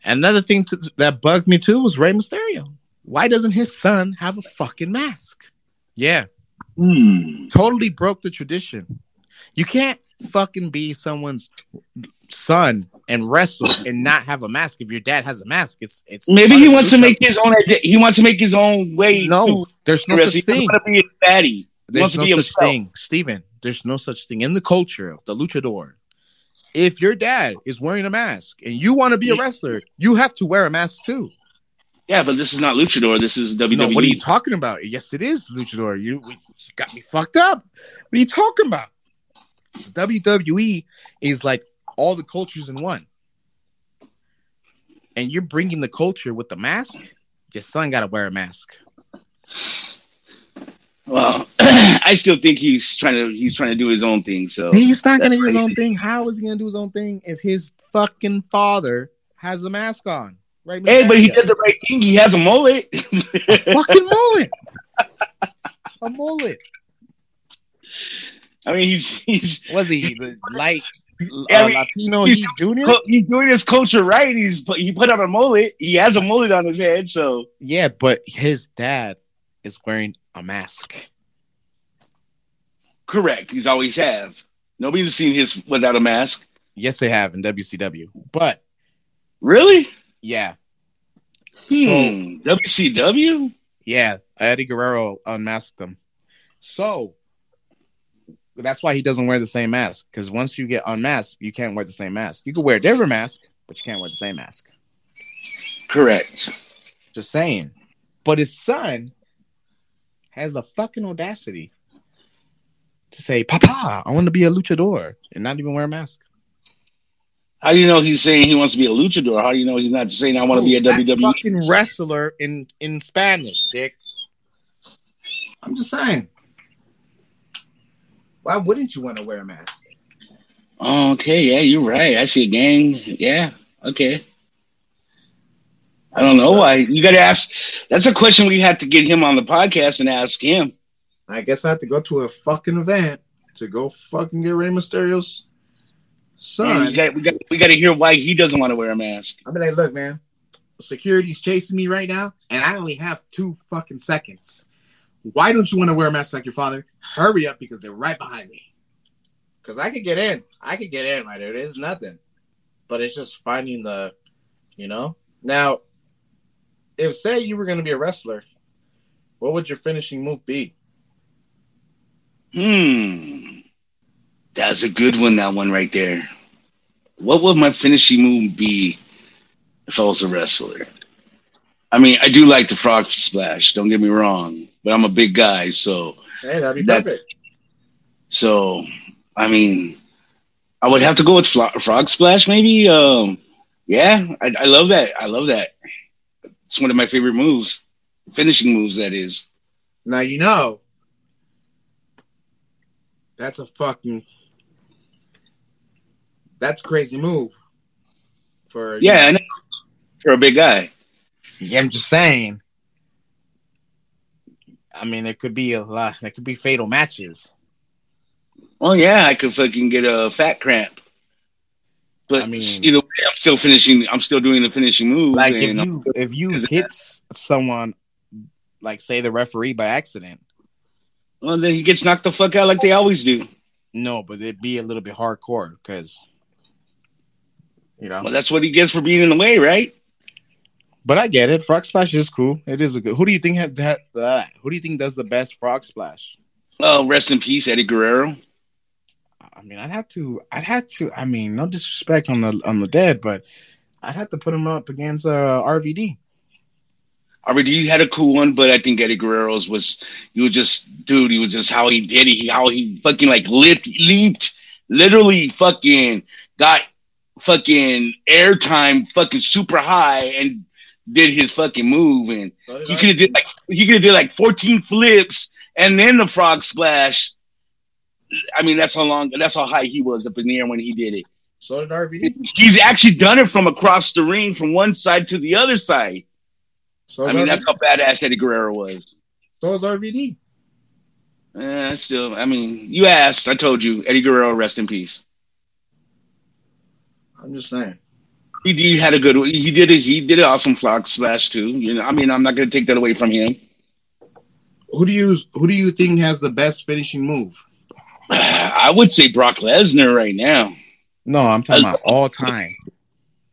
[SPEAKER 1] Another thing to, that bugged me too was Rey Mysterio. Why doesn't his son have a fucking mask? Yeah,
[SPEAKER 2] Hmm.
[SPEAKER 1] totally broke the tradition. You can't fucking be someone's son and wrestle and not have a mask if your dad has a mask. It's it's
[SPEAKER 2] Maybe he wants to make his own. idea- He wants to make his own way.
[SPEAKER 1] no. There's no
[SPEAKER 2] through wrestling.
[SPEAKER 1] such
[SPEAKER 2] He
[SPEAKER 1] thing.
[SPEAKER 2] doesn't want to be a fatty. wants
[SPEAKER 1] There's
[SPEAKER 2] to
[SPEAKER 1] no
[SPEAKER 2] be
[SPEAKER 1] such
[SPEAKER 2] himself.
[SPEAKER 1] thing, Steven. There's no such thing in the culture of the luchador. If your dad is wearing a mask and you want to be a wrestler, you have to wear a mask too.
[SPEAKER 2] Yeah, but this is not luchador. This is E. WWE.
[SPEAKER 1] No, what are you talking about? Yes, it is Luchador. You, you got me fucked up. What are you talking about? WWE is like all the cultures in one, and you're bringing the culture with the mask. Your son got to wear a mask.
[SPEAKER 2] well, I still think he's trying to. He's trying to do his own thing. So
[SPEAKER 1] He's not going to
[SPEAKER 2] Oh, That's
[SPEAKER 1] do his own
[SPEAKER 2] crazy.
[SPEAKER 1] thing. How is he going to do his own thing if his fucking father has a mask on? Right?
[SPEAKER 2] hey, but he
[SPEAKER 1] Mysterio?
[SPEAKER 2] did the right thing. He has a mullet.
[SPEAKER 1] fucking mullet. a mullet.
[SPEAKER 2] I mean, he's he's
[SPEAKER 1] Was he the light uh,
[SPEAKER 2] I mean,
[SPEAKER 1] Latino?
[SPEAKER 2] he's
[SPEAKER 1] He junior?
[SPEAKER 2] co- he's doing his culture right. He's put- he put on a mullet. He has a mullet on his head. So
[SPEAKER 1] Yeah, but his dad is wearing a mask.
[SPEAKER 2] correct. He's always have. Nobody's seen his without a mask.
[SPEAKER 1] Yes, they have in WCW. But
[SPEAKER 2] Really?
[SPEAKER 1] yeah,
[SPEAKER 2] Hmm. WCW.
[SPEAKER 1] yeah, Eddie Guerrero unmasked them. So that's why he doesn't wear the same mask. Because once you get unmasked, you can't wear the same mask. You can wear a different mask, but you can't wear the same mask.
[SPEAKER 2] Correct.
[SPEAKER 1] Just saying. But his son has the fucking audacity to say, Papa, I want to be a luchador and not even wear a mask.
[SPEAKER 2] How do you know he's saying he wants to be a luchador? How do you know he's not just saying I want to be a
[SPEAKER 1] Oh,
[SPEAKER 2] E"?
[SPEAKER 1] That's
[SPEAKER 2] WWE?
[SPEAKER 1] fucking wrestler in in Spanish, Dick. I'm just saying. Why wouldn't you want to wear a mask?
[SPEAKER 2] Oh, okay, yeah, you're right. I see a gang. Yeah, okay. I don't know why. You got to ask. That's a question we had to get him on the podcast and ask him.
[SPEAKER 1] I guess I have to go to a fucking event to go fucking get Rey Mysterio's
[SPEAKER 2] And
[SPEAKER 1] son.
[SPEAKER 2] We got, we got we got to hear why he doesn't want to wear a mask.
[SPEAKER 1] I'll be like, look, man, security's chasing me right now, and I only have two fucking seconds. Why don't you want to wear a mask like your father? Hurry up because they're right behind me.
[SPEAKER 4] Because I could get in. I could get in, my dude. It's nothing. But it's just finding the, you know? Now, if say you were going to be a wrestler, what would your finishing move be?
[SPEAKER 2] Hmm. That's a good one, that one right there. What would my finishing move be if I was a wrestler? I mean, I do like the frog splash, don't get me wrong, but I'm a big guy, so
[SPEAKER 4] Hey, that'd be
[SPEAKER 2] That-
[SPEAKER 4] perfect.
[SPEAKER 2] so I mean, I would have to go with flo- frog splash maybe. Um, yeah, I, I love that. I love that. It's one of my favorite moves, finishing moves. That is.
[SPEAKER 4] Now, you know, that's a fucking, that's a crazy move. For
[SPEAKER 2] Yeah, I know. for a big guy.
[SPEAKER 4] Yeah,
[SPEAKER 1] I'm just saying. I mean, it could be a lot. It could be fatal matches.
[SPEAKER 2] Oh yeah, I could fucking get a fat cramp. But
[SPEAKER 1] I mean-
[SPEAKER 2] either way, I'm still finishing. I'm still doing the finishing move.
[SPEAKER 1] Like
[SPEAKER 2] and-
[SPEAKER 1] if you if you
[SPEAKER 2] Is it-
[SPEAKER 1] hit s- someone, like say the referee by accident.
[SPEAKER 2] well, then he gets knocked the fuck out like they always do.
[SPEAKER 1] No, but it'd be a little bit hardcore because you know.
[SPEAKER 2] Well, that's what he gets for being in the way, right?
[SPEAKER 1] But I get it. Frog splash is cool. It is a good. Who do you think had that? Uh, who do you think does the best frog splash?
[SPEAKER 2] Oh, rest in peace, Eddie Guerrero.
[SPEAKER 1] I mean, I'd have to. I'd have to. I mean, no disrespect on the on the dead, but I'd have to put him up against uh, RVD.
[SPEAKER 2] Already, you had a cool one, but I think Eddie Guerrero's was you was just dude. He was just how he did it. He how he fucking like lift, leaped, literally fucking got fucking airtime, fucking super high, and did his fucking move and. He could have did like he could have did like 14 flips and then the frog splash. I mean, that's how long, that's how high he was up in the air when he did it.
[SPEAKER 4] So did RVD.
[SPEAKER 2] He's actually done it from across the ring, from one side to the other side.
[SPEAKER 4] So
[SPEAKER 2] I
[SPEAKER 4] is
[SPEAKER 2] mean,
[SPEAKER 4] RVD.
[SPEAKER 2] that's how badass Eddie Guerrero was.
[SPEAKER 4] so is RVD.
[SPEAKER 2] Eh, still, I mean, you asked, I told you, Eddie Guerrero, rest in peace.
[SPEAKER 4] I'm just saying.
[SPEAKER 2] He, he had a good, he did it, he did an awesome frog splash too. You know, I mean, I'm not gonna take that away from him.
[SPEAKER 4] Who do you who do you think has the best finishing move?
[SPEAKER 2] I would say Brock Lesnar right now
[SPEAKER 1] No, I'm talking about all time.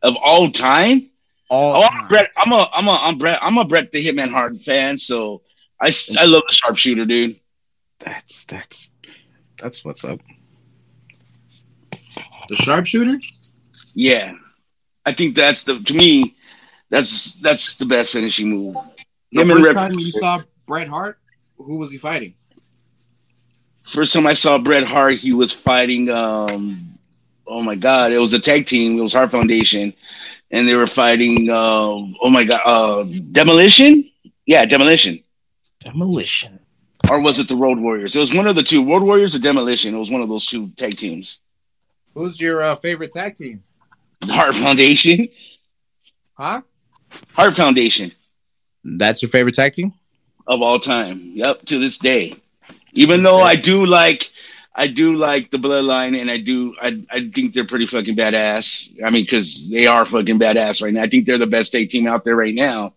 [SPEAKER 2] of all time.
[SPEAKER 1] All
[SPEAKER 2] Oh,
[SPEAKER 1] time.
[SPEAKER 2] I'm Brett. I'm a I'm a I'm Brett. I'm a Brett the Hitman Hard fan. So I s- I love the sharpshooter, dude.
[SPEAKER 1] That's that's that's what's up.
[SPEAKER 4] The sharpshooter?
[SPEAKER 2] Yeah, I think that's the to me, that's that's the best finishing move.
[SPEAKER 4] The
[SPEAKER 2] Him and
[SPEAKER 4] first
[SPEAKER 2] Rip-
[SPEAKER 4] time you saw Bret Hart, who was he fighting?
[SPEAKER 2] first time I saw Bret Hart, he was fighting. um Oh my God, it was a tag team. It was Hart Foundation, and they were fighting. um oh my God, uh, Demolition. Yeah, Demolition.
[SPEAKER 1] Demolition.
[SPEAKER 2] Or was it the Road Warriors? It was one of the two, Road Warriors or Demolition. It was one of those two tag teams.
[SPEAKER 4] Who's your uh, favorite tag team?
[SPEAKER 2] The Hart Foundation.
[SPEAKER 4] Huh?
[SPEAKER 2] Heart Foundation
[SPEAKER 1] That's your favorite tag team?
[SPEAKER 2] of all time. Yep, to this day. Even though I do like, I do like the Bloodline, and I do, I, I think they're pretty fucking badass. I mean, because they are fucking badass right now. I think they're the best tag team out there right now.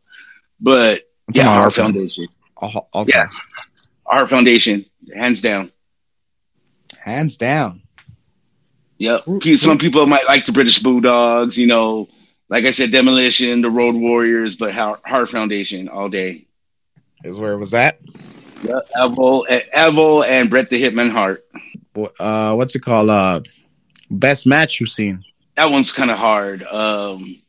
[SPEAKER 2] But
[SPEAKER 1] I'm talking
[SPEAKER 2] yeah,
[SPEAKER 1] about
[SPEAKER 2] Heart
[SPEAKER 1] Hart Foundation.
[SPEAKER 2] Foundation,
[SPEAKER 1] All, all
[SPEAKER 2] Yeah.
[SPEAKER 1] time.
[SPEAKER 2] Heart Foundation, hands down.
[SPEAKER 1] Hands down.
[SPEAKER 2] Yep. Pe- Some people might like the British Bulldogs, you know. Like I said, Demolition, the Road Warriors, but Heart Heart Foundation all day.
[SPEAKER 1] Is where it was at.
[SPEAKER 2] Yep. Evo, Evo, and Brett the Hitman Hart.
[SPEAKER 1] Bo- Uh, what's it called? Uh, best match you've seen?
[SPEAKER 2] that one's kind of hard. Um,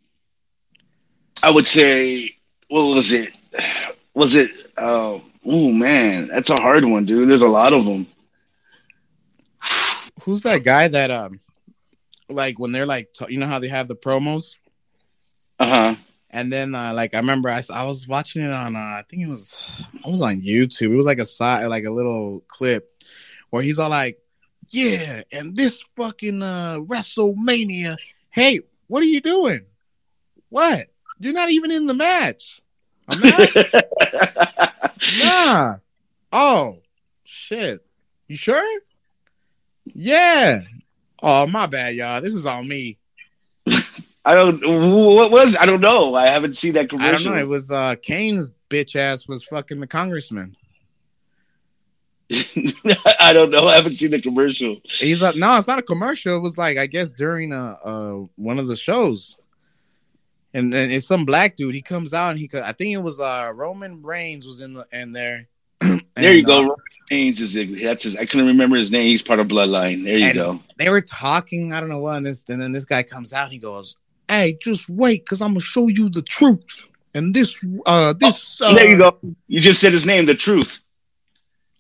[SPEAKER 2] I would say, what was it? Was it? Uh, oh man, that's a hard one, dude. There's a lot of them.
[SPEAKER 1] Who's that guy that um, like when they're like, t- you know how they have the promos,
[SPEAKER 2] Uh huh.
[SPEAKER 1] and then uh, like I remember I, s- I was watching it on uh, I think it was I was on YouTube. It was like a side like a little clip where he's all like, "Yeah, and this fucking uh, WrestleMania. Hey, what are you doing? What? You're not even in the match. I'm not. Nah. Oh shit. You sure? Yeah. Oh my bad, y'all. This is on me.
[SPEAKER 2] I don't. What was? I don't know. I haven't seen that
[SPEAKER 1] I
[SPEAKER 2] commercial.
[SPEAKER 1] don't know. It was uh Kane's bitch ass was fucking the congressman.
[SPEAKER 2] I don't know. I haven't seen the commercial.
[SPEAKER 1] He's like, no, it's not a commercial. It was like I guess during uh, uh one of the shows, and then it's some black dude. He comes out and he, co- I think it was uh Roman Reigns was in the in there.
[SPEAKER 2] There you
[SPEAKER 1] And, uh,
[SPEAKER 2] go. Roman Reigns is that's his. I couldn't remember his name. He's part of Bloodline. There you
[SPEAKER 1] And-
[SPEAKER 2] go.
[SPEAKER 1] They were talking. I don't know what. And this and then this guy comes out. and He goes, "Hey, just wait, cause I'm gonna show you the truth." And this, uh, this, uh,
[SPEAKER 2] Oh, there you go. You just said his name. The truth.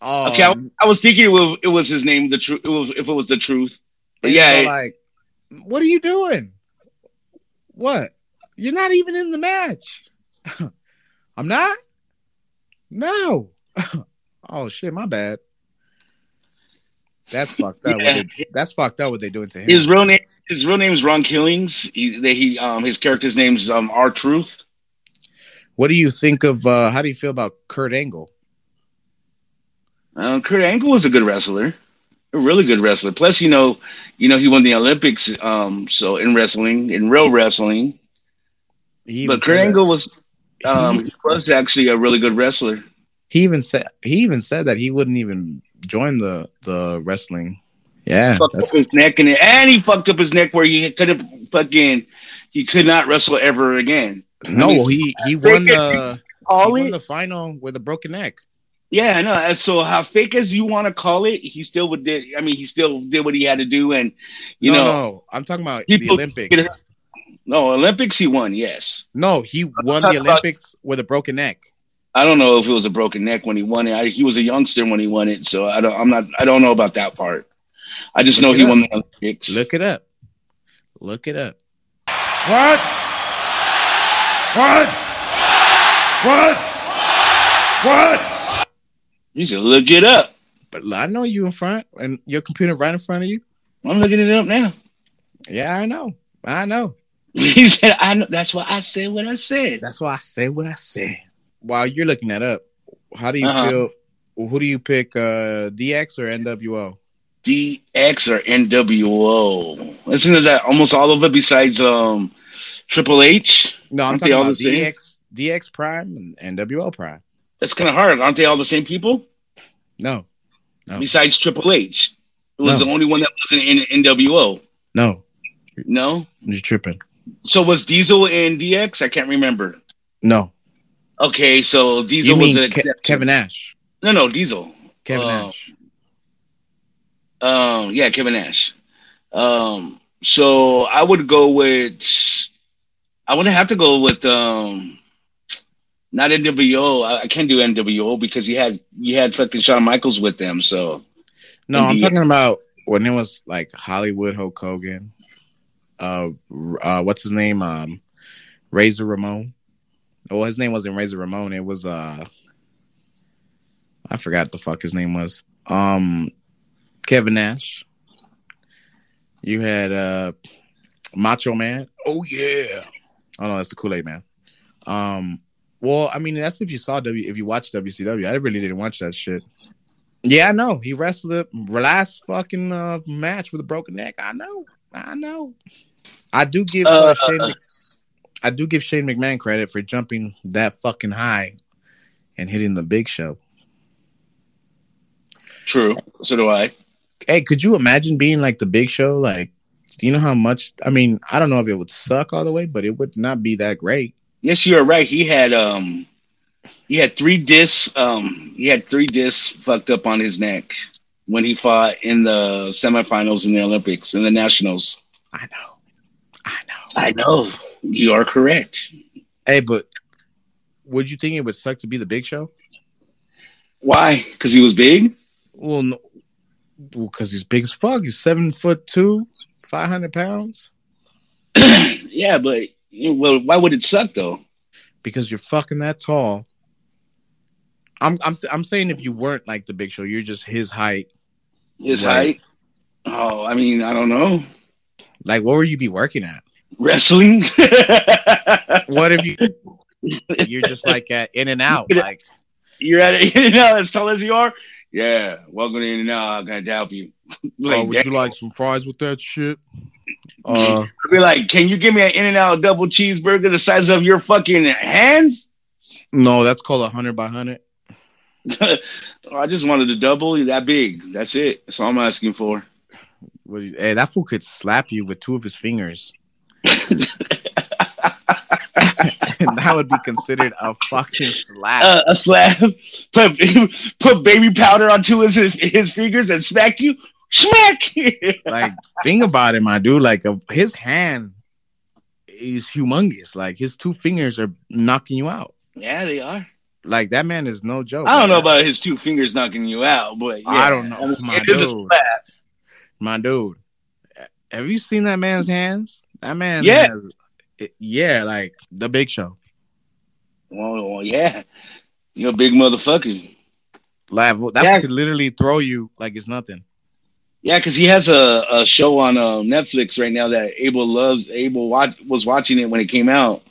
[SPEAKER 1] oh,
[SPEAKER 2] okay, I, I was thinking it was, it was his name. The truth. It was if it was the truth. But
[SPEAKER 1] And
[SPEAKER 2] yeah,
[SPEAKER 1] you're like, what are you doing? What? You're not even in the match. I'm not? No. oh shit, my bad. That's fucked up.
[SPEAKER 2] Yeah.
[SPEAKER 1] What they, that's fucked up what they're doing to him.
[SPEAKER 2] his real name. His real name is Ron Killings. He, they, he um his character's name's um R Truth.
[SPEAKER 1] what do you think of uh how do you feel about Kurt Angle?
[SPEAKER 2] Uh, Kurt Angle was a good wrestler, a really good wrestler. Plus, you know, you know he won the Olympics. Um, so in wrestling, in real wrestling,
[SPEAKER 1] He even
[SPEAKER 2] but Kurt
[SPEAKER 1] said-
[SPEAKER 2] Angle was um
[SPEAKER 1] he,
[SPEAKER 2] he was actually a really good wrestler.
[SPEAKER 1] he even said he even said that he wouldn't even join the the wrestling. Yeah.
[SPEAKER 2] Fucked up
[SPEAKER 1] that's-
[SPEAKER 2] his neck and and he fucked up his neck where he couldn't fucking he could not wrestle ever again.
[SPEAKER 1] no, he he won the he
[SPEAKER 2] All
[SPEAKER 1] won
[SPEAKER 2] it,
[SPEAKER 1] the final with a broken neck.
[SPEAKER 2] yeah, I know. And So how fake as you want to call it, he still would did. I mean, he still did what he had to do, and you
[SPEAKER 1] no,
[SPEAKER 2] know,
[SPEAKER 1] no, I'm talking about the
[SPEAKER 2] People
[SPEAKER 1] Olympics.
[SPEAKER 2] get no Olympics he won. Yes,
[SPEAKER 1] No, he won the
[SPEAKER 2] talking about-
[SPEAKER 1] Olympics with a broken neck.
[SPEAKER 2] I don't know if it was a broken neck when he won it. I, he was a youngster when he won it, so I don't. I'm not. I don't know about that part. I just
[SPEAKER 1] Look
[SPEAKER 2] know
[SPEAKER 1] it
[SPEAKER 2] he
[SPEAKER 1] up.
[SPEAKER 2] won the Olympics.
[SPEAKER 1] Look it up. Look it up.
[SPEAKER 3] What? What? What? What?
[SPEAKER 2] He said, "Look it up."
[SPEAKER 1] But I know you in front and your computer right in front of you.
[SPEAKER 2] I'm looking it up now.
[SPEAKER 1] Yeah, I know. I know.
[SPEAKER 2] He said, "I know." That's why I said what I said.
[SPEAKER 1] That's why I say what I said. While you're looking that up, how do you
[SPEAKER 2] Uh-huh.
[SPEAKER 1] feel? Who do you pick, uh, DX or NWO?
[SPEAKER 2] DX or NWO. Listen to that. Almost all of it, besides um, Triple H.
[SPEAKER 1] No, I'm
[SPEAKER 2] Aren't they
[SPEAKER 1] talking
[SPEAKER 2] all
[SPEAKER 1] about
[SPEAKER 2] the same?
[SPEAKER 1] DX, DX Prime and NWO Prime.
[SPEAKER 2] That's kind of hard. Aren't they all the same people?
[SPEAKER 1] No, No.
[SPEAKER 2] Besides Triple H, who was
[SPEAKER 1] No.
[SPEAKER 2] the only one that wasn't in NWO.
[SPEAKER 1] no,
[SPEAKER 2] No.
[SPEAKER 1] you're tripping.
[SPEAKER 2] So was Diesel in DX? I can't remember.
[SPEAKER 1] No,
[SPEAKER 2] Okay, so Diesel
[SPEAKER 1] you mean
[SPEAKER 2] was a
[SPEAKER 1] Ke- Kevin Nash?
[SPEAKER 2] No, no, Diesel.
[SPEAKER 1] Kevin
[SPEAKER 2] Oh.
[SPEAKER 1] Nash.
[SPEAKER 2] Um, yeah, Kevin Nash. Um, so I would go with. I wouldn't have to go with um, not NWO. I, I can't do NWO because you had you had fucking Shawn Michaels with them. So
[SPEAKER 1] No, I'm
[SPEAKER 2] Indeed.
[SPEAKER 1] talking about when it was like Hollywood Hulk Hogan. Uh, r- uh what's his name? Um, Razor Ramon. Well, his name wasn't Razor Ramon. It was uh, I forgot the fuck his name was. Um, Kevin Nash. You had uh, Macho Man. Oh yeah. Oh no, that's the Kool Aid Man. Um, well, I mean, that's if you saw W, if you watched WCW. I really didn't watch that shit. Yeah, I know. He wrestled the last fucking uh, match with a broken neck. I know. I know. I do give uh,
[SPEAKER 2] Uh,
[SPEAKER 1] Shane, Mc- I do give Shane McMahon credit for jumping that fucking high and hitting the big show.
[SPEAKER 2] true. So do I.
[SPEAKER 1] Hey, could you imagine being like the big show? Like, do you know how much? I mean, I don't know if it would suck all the way, but it would not be that great.
[SPEAKER 2] Yes, you are right. He had um, he had three discs. Um, he had three discs fucked up on his neck when he fought in the semifinals in the Olympics in the nationals.
[SPEAKER 1] I know. I know.
[SPEAKER 2] I know you are correct.
[SPEAKER 1] Hey, but would you think it would suck to be the big show?
[SPEAKER 2] Why? Because he was big.
[SPEAKER 1] Well, no, because he's big as fuck. He's seven foot two, five hundred pounds.
[SPEAKER 2] yeah, but you know, well, why would it suck though?
[SPEAKER 1] Because you're fucking that tall. I'm I'm I'm saying if you weren't like the Big Show, you're just his height.
[SPEAKER 2] His
[SPEAKER 1] Right.
[SPEAKER 2] height. Oh, I mean, I don't know.
[SPEAKER 1] Like, what would you be working at?
[SPEAKER 2] Wrestling.
[SPEAKER 1] What if you you're just like at In and Out? Like,
[SPEAKER 2] You're at it. You know, as tall as you are. Yeah, welcome to in now. I'm gonna help you. like,
[SPEAKER 1] oh, would you
[SPEAKER 2] damn.
[SPEAKER 1] like some fries with that shit? Uh,
[SPEAKER 2] I'd be like, can you give me an In and Out double cheeseburger the size of your fucking hands?
[SPEAKER 1] no, that's called a hundred by hundred.
[SPEAKER 2] Oh, I just wanted to double that big. That's it. That's all I'm asking for.
[SPEAKER 1] What do you- Hey, that fool could slap you with two of his fingers. and that would be considered a fucking slap.
[SPEAKER 2] Uh, a slap. Put put baby powder on two of his, his fingers and smack you. Smack.
[SPEAKER 1] like think about it, my dude. Like a, his hand is humongous. Like his two fingers are knocking you out.
[SPEAKER 2] yeah, they are.
[SPEAKER 1] Like that man is no joke.
[SPEAKER 2] I don't know
[SPEAKER 1] man.
[SPEAKER 2] about his two fingers knocking you out, but yeah.
[SPEAKER 1] I don't know,
[SPEAKER 2] mean,
[SPEAKER 1] my
[SPEAKER 2] it is a
[SPEAKER 1] dude.
[SPEAKER 2] slap.
[SPEAKER 1] my dude. Have you seen that man's hands? That man,
[SPEAKER 2] Yeah.
[SPEAKER 1] has- it- yeah, like the Big Show.
[SPEAKER 2] Well, well, yeah, you're a big motherfucker.
[SPEAKER 1] Like that
[SPEAKER 2] Yeah.
[SPEAKER 1] could literally throw you like it's nothing.
[SPEAKER 2] Yeah, because he has a, a show on uh, Netflix right now that Abel loves. Abel watch, was watching it when it came out,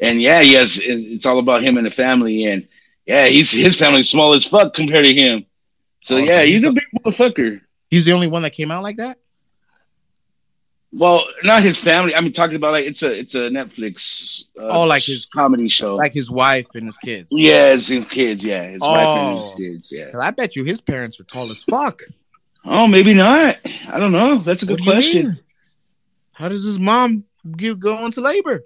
[SPEAKER 2] and yeah, yes, it, it's all about him and the family. And yeah, he's his family's small as fuck compared to him. So
[SPEAKER 1] Awesome.
[SPEAKER 2] yeah, he's a big motherfucker.
[SPEAKER 1] He's the only one that came out like that.
[SPEAKER 2] Well, not his family. I'm talking about like it's a it's a Netflix. Uh,
[SPEAKER 1] Oh, like his-
[SPEAKER 2] comedy show.
[SPEAKER 1] Like his wife and his kids.
[SPEAKER 2] yeah, it's his kids. Yeah, his wife
[SPEAKER 1] Oh.
[SPEAKER 2] and his kids. Yeah.
[SPEAKER 1] 'Cause I bet you his parents were tall as fuck.
[SPEAKER 2] Oh, maybe not. I don't know. That's a
[SPEAKER 1] What
[SPEAKER 2] good
[SPEAKER 1] do you
[SPEAKER 2] question.
[SPEAKER 1] mean? How does his mom get go into labor?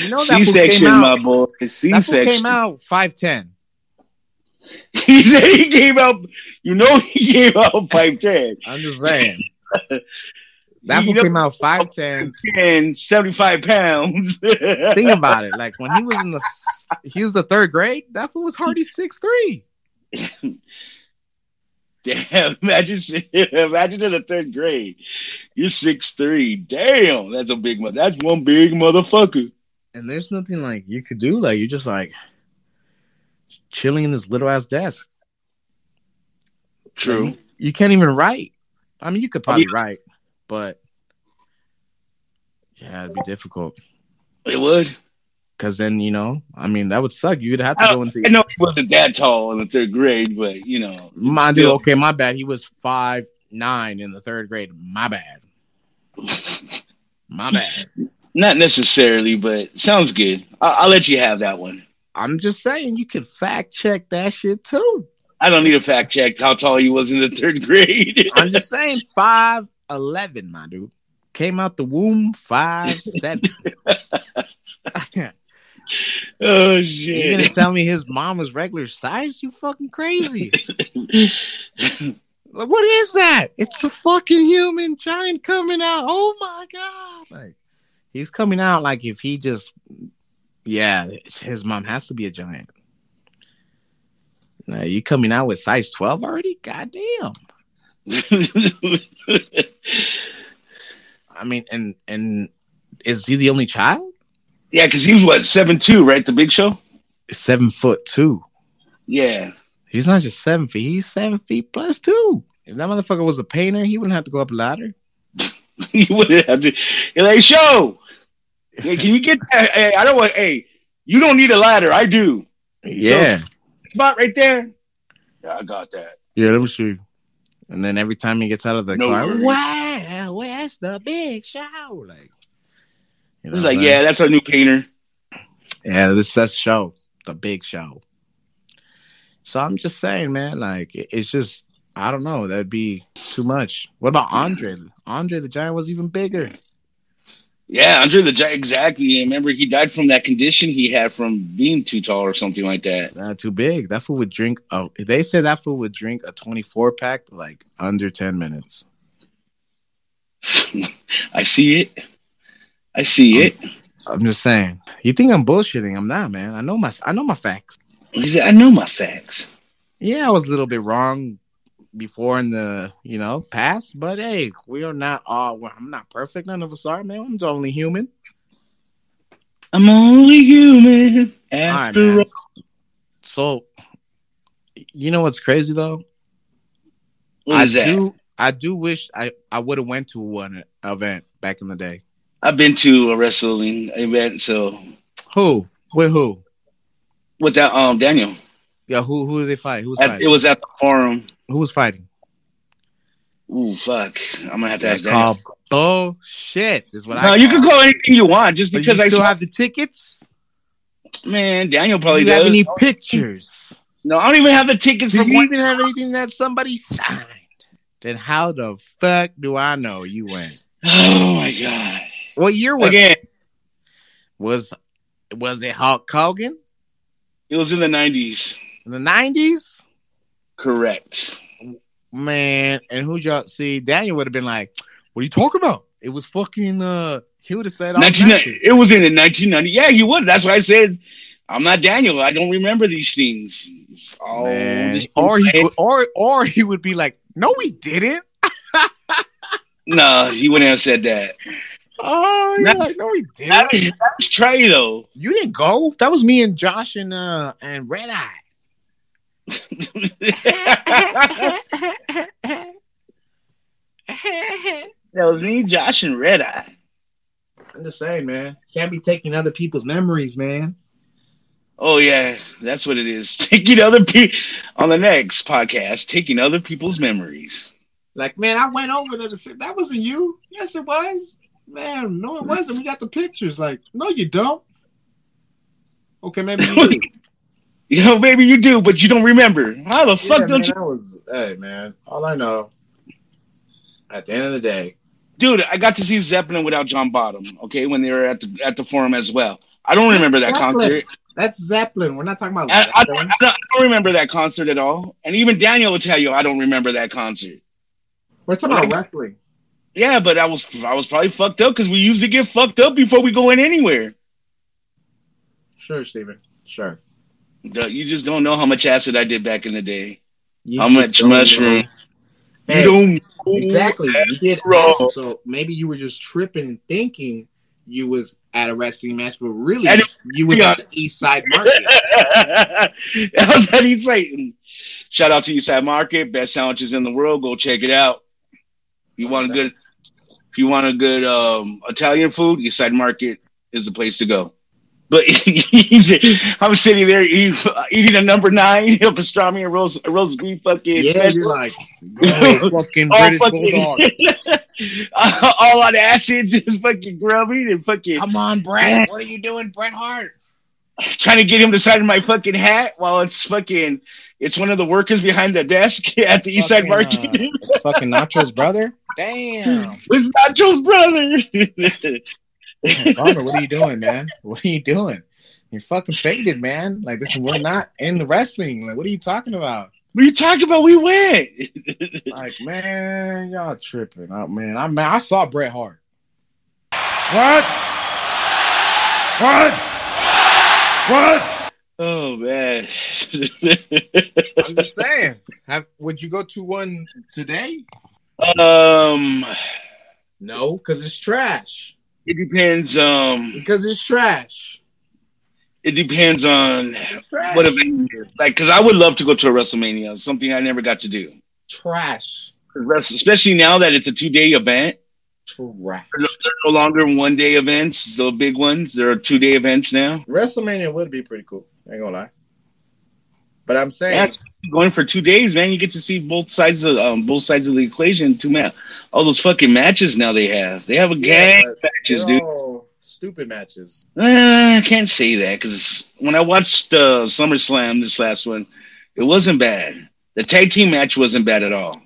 [SPEAKER 1] You know that fool
[SPEAKER 2] C
[SPEAKER 1] came
[SPEAKER 2] section, my
[SPEAKER 1] out.
[SPEAKER 2] boy. C
[SPEAKER 1] That fool came
[SPEAKER 2] section.
[SPEAKER 1] out five ten.
[SPEAKER 2] He said he gave out. You know he gave out five ten.
[SPEAKER 1] I'm just saying. That
[SPEAKER 2] You
[SPEAKER 1] fool
[SPEAKER 2] know-
[SPEAKER 1] came out five ten.
[SPEAKER 2] And seventy five pounds.
[SPEAKER 1] Think about it. Like when he was in the he was the third grade. That fool was hardy six three.
[SPEAKER 2] Damn! Imagine, imagine in the third grade, you're six three. Damn, that's a big. mo- That's one big motherfucker.
[SPEAKER 1] And there's nothing like you could do. Like you're just like chilling in this little ass desk. True. You can't even write. I mean, you could probably write, but yeah, it'd be difficult.
[SPEAKER 2] It would.
[SPEAKER 1] Because then you know, I mean, that would suck. You'd have to go
[SPEAKER 2] I
[SPEAKER 1] into
[SPEAKER 2] know he wasn't that tall in the third grade, but you know,
[SPEAKER 1] my dude.
[SPEAKER 2] still-
[SPEAKER 1] Okay, my bad. He was five nine in the third grade. My bad. My bad.
[SPEAKER 2] not necessarily. But sounds good. I- I'll let you have that one.
[SPEAKER 1] I'm just saying, you could fact check that shit too.
[SPEAKER 2] I don't need a fact check how tall he was in the third grade.
[SPEAKER 1] I'm just saying, five eleven, my dude, came out the womb five seven.
[SPEAKER 2] oh
[SPEAKER 1] You gonna
[SPEAKER 2] shit!
[SPEAKER 1] tell me his mom was regular size? You fucking crazy. Like, what is that? It's a fucking human giant coming out. Oh my god! Like he's coming out like if he just, yeah, his mom has to be a giant. Nah, you coming out with size twelve already? Goddamn! I mean, and and is he the only child?
[SPEAKER 2] yeah, because he was what seven two, right? The Big Show.
[SPEAKER 1] Seven foot two.
[SPEAKER 2] Yeah,
[SPEAKER 1] He's not just seven feet. He's seven feet plus two. If that motherfucker was a painter, he wouldn't have to go up a ladder.
[SPEAKER 2] he wouldn't have to. You're like, show. Hey, can you get that? Hey, I don't want. Hey, you don't need a ladder. I do.
[SPEAKER 1] Yeah.
[SPEAKER 2] Spot right there. Yeah, I got that.
[SPEAKER 1] Yeah, let me see. And then every time he gets out of the
[SPEAKER 2] No
[SPEAKER 1] car,
[SPEAKER 2] worries.
[SPEAKER 1] wow, where's the big show? Like, you know
[SPEAKER 2] It's
[SPEAKER 1] what
[SPEAKER 2] like,
[SPEAKER 1] I'm
[SPEAKER 2] yeah,
[SPEAKER 1] saying?
[SPEAKER 2] that's our new painter.
[SPEAKER 1] yeah, this that's show, the big show. So I'm just saying, man, like it- it's just I don't know, that'd be too much. What about Andre? Andre the Giant was even bigger.
[SPEAKER 2] Yeah, Andre the Giant. Exactly. And remember, he died from that condition he had from being too tall or something like that.
[SPEAKER 1] Not too big. That fool would drink. A, they said that fool would drink a 24 pack like under 10 minutes.
[SPEAKER 2] I see it. I see it.
[SPEAKER 1] I'm just saying. You think I'm bullshitting? I'm not, man. I know my I know my facts.
[SPEAKER 2] He said, I know my facts.
[SPEAKER 1] Yeah, I was a little bit wrong before in the you know past, but hey, we are not all. well, I'm not perfect. None of us are, man. I'm only human.
[SPEAKER 2] I'm only human
[SPEAKER 1] All right,
[SPEAKER 2] after
[SPEAKER 1] man.
[SPEAKER 2] all.
[SPEAKER 1] So, you know what's crazy though?
[SPEAKER 2] What
[SPEAKER 1] I
[SPEAKER 2] is that?
[SPEAKER 1] do. I do wish I I would have went to one event back in the day.
[SPEAKER 2] I've been to a wrestling event, so
[SPEAKER 1] Who? With who?
[SPEAKER 2] with that um Daniel.
[SPEAKER 1] Yeah, who who did they fight? Who was
[SPEAKER 2] At,
[SPEAKER 1] fighting?
[SPEAKER 2] it was at the forum.
[SPEAKER 1] who was fighting?
[SPEAKER 2] Ooh, fuck. I'm gonna have to ask
[SPEAKER 1] call
[SPEAKER 2] Daniel.
[SPEAKER 1] bullshit. Is what
[SPEAKER 2] no,
[SPEAKER 1] I.
[SPEAKER 2] you can call anything you want just
[SPEAKER 1] But
[SPEAKER 2] because
[SPEAKER 1] you
[SPEAKER 2] I
[SPEAKER 1] still
[SPEAKER 2] saw
[SPEAKER 1] have the tickets.
[SPEAKER 2] Man, Daniel
[SPEAKER 1] Do
[SPEAKER 2] probably
[SPEAKER 1] you
[SPEAKER 2] does.
[SPEAKER 1] have any pictures?
[SPEAKER 2] no, I don't even have the tickets
[SPEAKER 1] Do
[SPEAKER 2] for
[SPEAKER 1] you
[SPEAKER 2] one.
[SPEAKER 1] even have anything that somebody signed? Then how the fuck do I know you went?
[SPEAKER 2] Oh my god!
[SPEAKER 1] What year was
[SPEAKER 2] Again,
[SPEAKER 1] was was it Hulk Hogan
[SPEAKER 2] it was in the nineties.
[SPEAKER 1] in the nineties?
[SPEAKER 2] Correct.
[SPEAKER 1] Man, and who y'all see? Daniel would have been like, "What are you talking about?" It was fucking. uh He would have said, all
[SPEAKER 2] 1990.
[SPEAKER 1] 90s.
[SPEAKER 2] It was in the nineteen ninety. Yeah, you would. That's why I said I'm not Daniel. I don't remember these things. It's all
[SPEAKER 1] Man.
[SPEAKER 2] just-
[SPEAKER 1] Or Oh, he could- or or he would be like, "No, we didn't."
[SPEAKER 2] no, he wouldn't have said that.
[SPEAKER 1] Oh, you're
[SPEAKER 2] Not-
[SPEAKER 1] like, "No, we
[SPEAKER 2] That-
[SPEAKER 1] didn't."
[SPEAKER 2] That's Trey though.
[SPEAKER 1] You didn't go. That was me and Josh and uh and Red
[SPEAKER 2] that
[SPEAKER 1] Eye.
[SPEAKER 2] was me, Josh, and Red Eye.
[SPEAKER 4] I'm just saying, man. Can't be taking other people's memories, man.
[SPEAKER 2] Oh yeah, that's what it is. Taking other people on the next podcast, taking other people's memories.
[SPEAKER 4] Like, man, I went over there to say that wasn't you. Yes, it was. Man, no, it wasn't. We got the pictures. Like, no, you don't. Okay, maybe you do.
[SPEAKER 2] You know, maybe you do, but you don't remember. How the
[SPEAKER 4] Yeah,
[SPEAKER 2] fuck
[SPEAKER 4] man,
[SPEAKER 2] don't you,
[SPEAKER 4] I was, hey, man. All I know, at the end of the day,
[SPEAKER 2] dude? I got to see Zeppelin without John Bottom. Okay, when they were at the at the forum as well. I don't remember that
[SPEAKER 4] Zeppelin.
[SPEAKER 2] concert.
[SPEAKER 4] that's Zeppelin. We're not talking about
[SPEAKER 2] I, I, I,
[SPEAKER 4] Zeppelin.
[SPEAKER 2] don't, I don't remember that concert at all. And even Daniel will tell you I don't remember that concert.
[SPEAKER 4] We're talking about
[SPEAKER 2] Like-
[SPEAKER 4] wrestling.
[SPEAKER 2] Yeah, but I was I was probably fucked up because we used to get fucked up before we go in anywhere.
[SPEAKER 4] Sure, Steven. Sure.
[SPEAKER 2] Duh, You just don't know how much acid I did back in the day.
[SPEAKER 4] You
[SPEAKER 2] How
[SPEAKER 4] just
[SPEAKER 2] much
[SPEAKER 4] don't
[SPEAKER 2] mushroom?
[SPEAKER 4] know. Hey,
[SPEAKER 2] you don't know
[SPEAKER 4] exactly. You did
[SPEAKER 2] Bro.
[SPEAKER 4] awesome. So maybe you were just tripping and thinking you was at a wrestling match, but really
[SPEAKER 2] And
[SPEAKER 4] you was
[SPEAKER 2] yeah.
[SPEAKER 4] at the East Side Market.
[SPEAKER 2] I was at East Satan. Shout out to East Side Market, best sandwiches in the world. Go check it out. You want a good, if you want a good um, Italian food, East Side Market is the place to go. But he's, I'm sitting there eating, eating a number nine you know, pastrami and roast roast beef fucking
[SPEAKER 4] yeah,
[SPEAKER 2] special.
[SPEAKER 4] you're like,
[SPEAKER 1] Go, fucking
[SPEAKER 2] all
[SPEAKER 1] British Bulldog.
[SPEAKER 2] fucking all on acid, just fucking grubbing and fucking
[SPEAKER 1] Come on, Brett. What are you doing, Bret Hart?
[SPEAKER 2] trying to get him to sign my fucking hat while it's fucking it's one of the workers behind the desk at the east side
[SPEAKER 1] Fucking,
[SPEAKER 2] market
[SPEAKER 1] uh, it's fucking Nacho's brother. Damn,
[SPEAKER 2] it's nacho's brother
[SPEAKER 1] Bummer, what are you doing, man? What are you doing? You're fucking faded, man. Like this, we're not in the wrestling. Like, what are you talking about?
[SPEAKER 2] what are you talking about we went
[SPEAKER 1] Like, man, y'all tripping out, man. I man, I saw Bret Hart.
[SPEAKER 3] What? What? What?
[SPEAKER 2] oh man
[SPEAKER 4] I'm just saying. Have, would you go to one today?
[SPEAKER 2] um
[SPEAKER 4] No, because it's trash.
[SPEAKER 2] it depends um
[SPEAKER 4] Because it's trash.
[SPEAKER 2] it depends on
[SPEAKER 4] It's trash.
[SPEAKER 2] what event it is. like because i would love to go to a wrestlemania something i never got to do
[SPEAKER 4] trash.
[SPEAKER 2] 'Cause wrest- especially now that it's a two-day event
[SPEAKER 4] Trash.
[SPEAKER 2] they're no- they're no longer one-day events the big ones there are two-day events now
[SPEAKER 4] WrestleMania would be pretty cool. Ain't gonna lie. But I'm saying
[SPEAKER 2] Yeah. going for two days, man. You get to see both sides of um, both sides of the equation. Two man, all those fucking matches now they have. They have a gang
[SPEAKER 4] Yeah,
[SPEAKER 2] of matches,
[SPEAKER 4] they're
[SPEAKER 2] dude.
[SPEAKER 4] all stupid matches.
[SPEAKER 2] Uh, I can't say that because when I watched uh, SummerSlam this last one, it wasn't bad. The tag team match wasn't bad at all.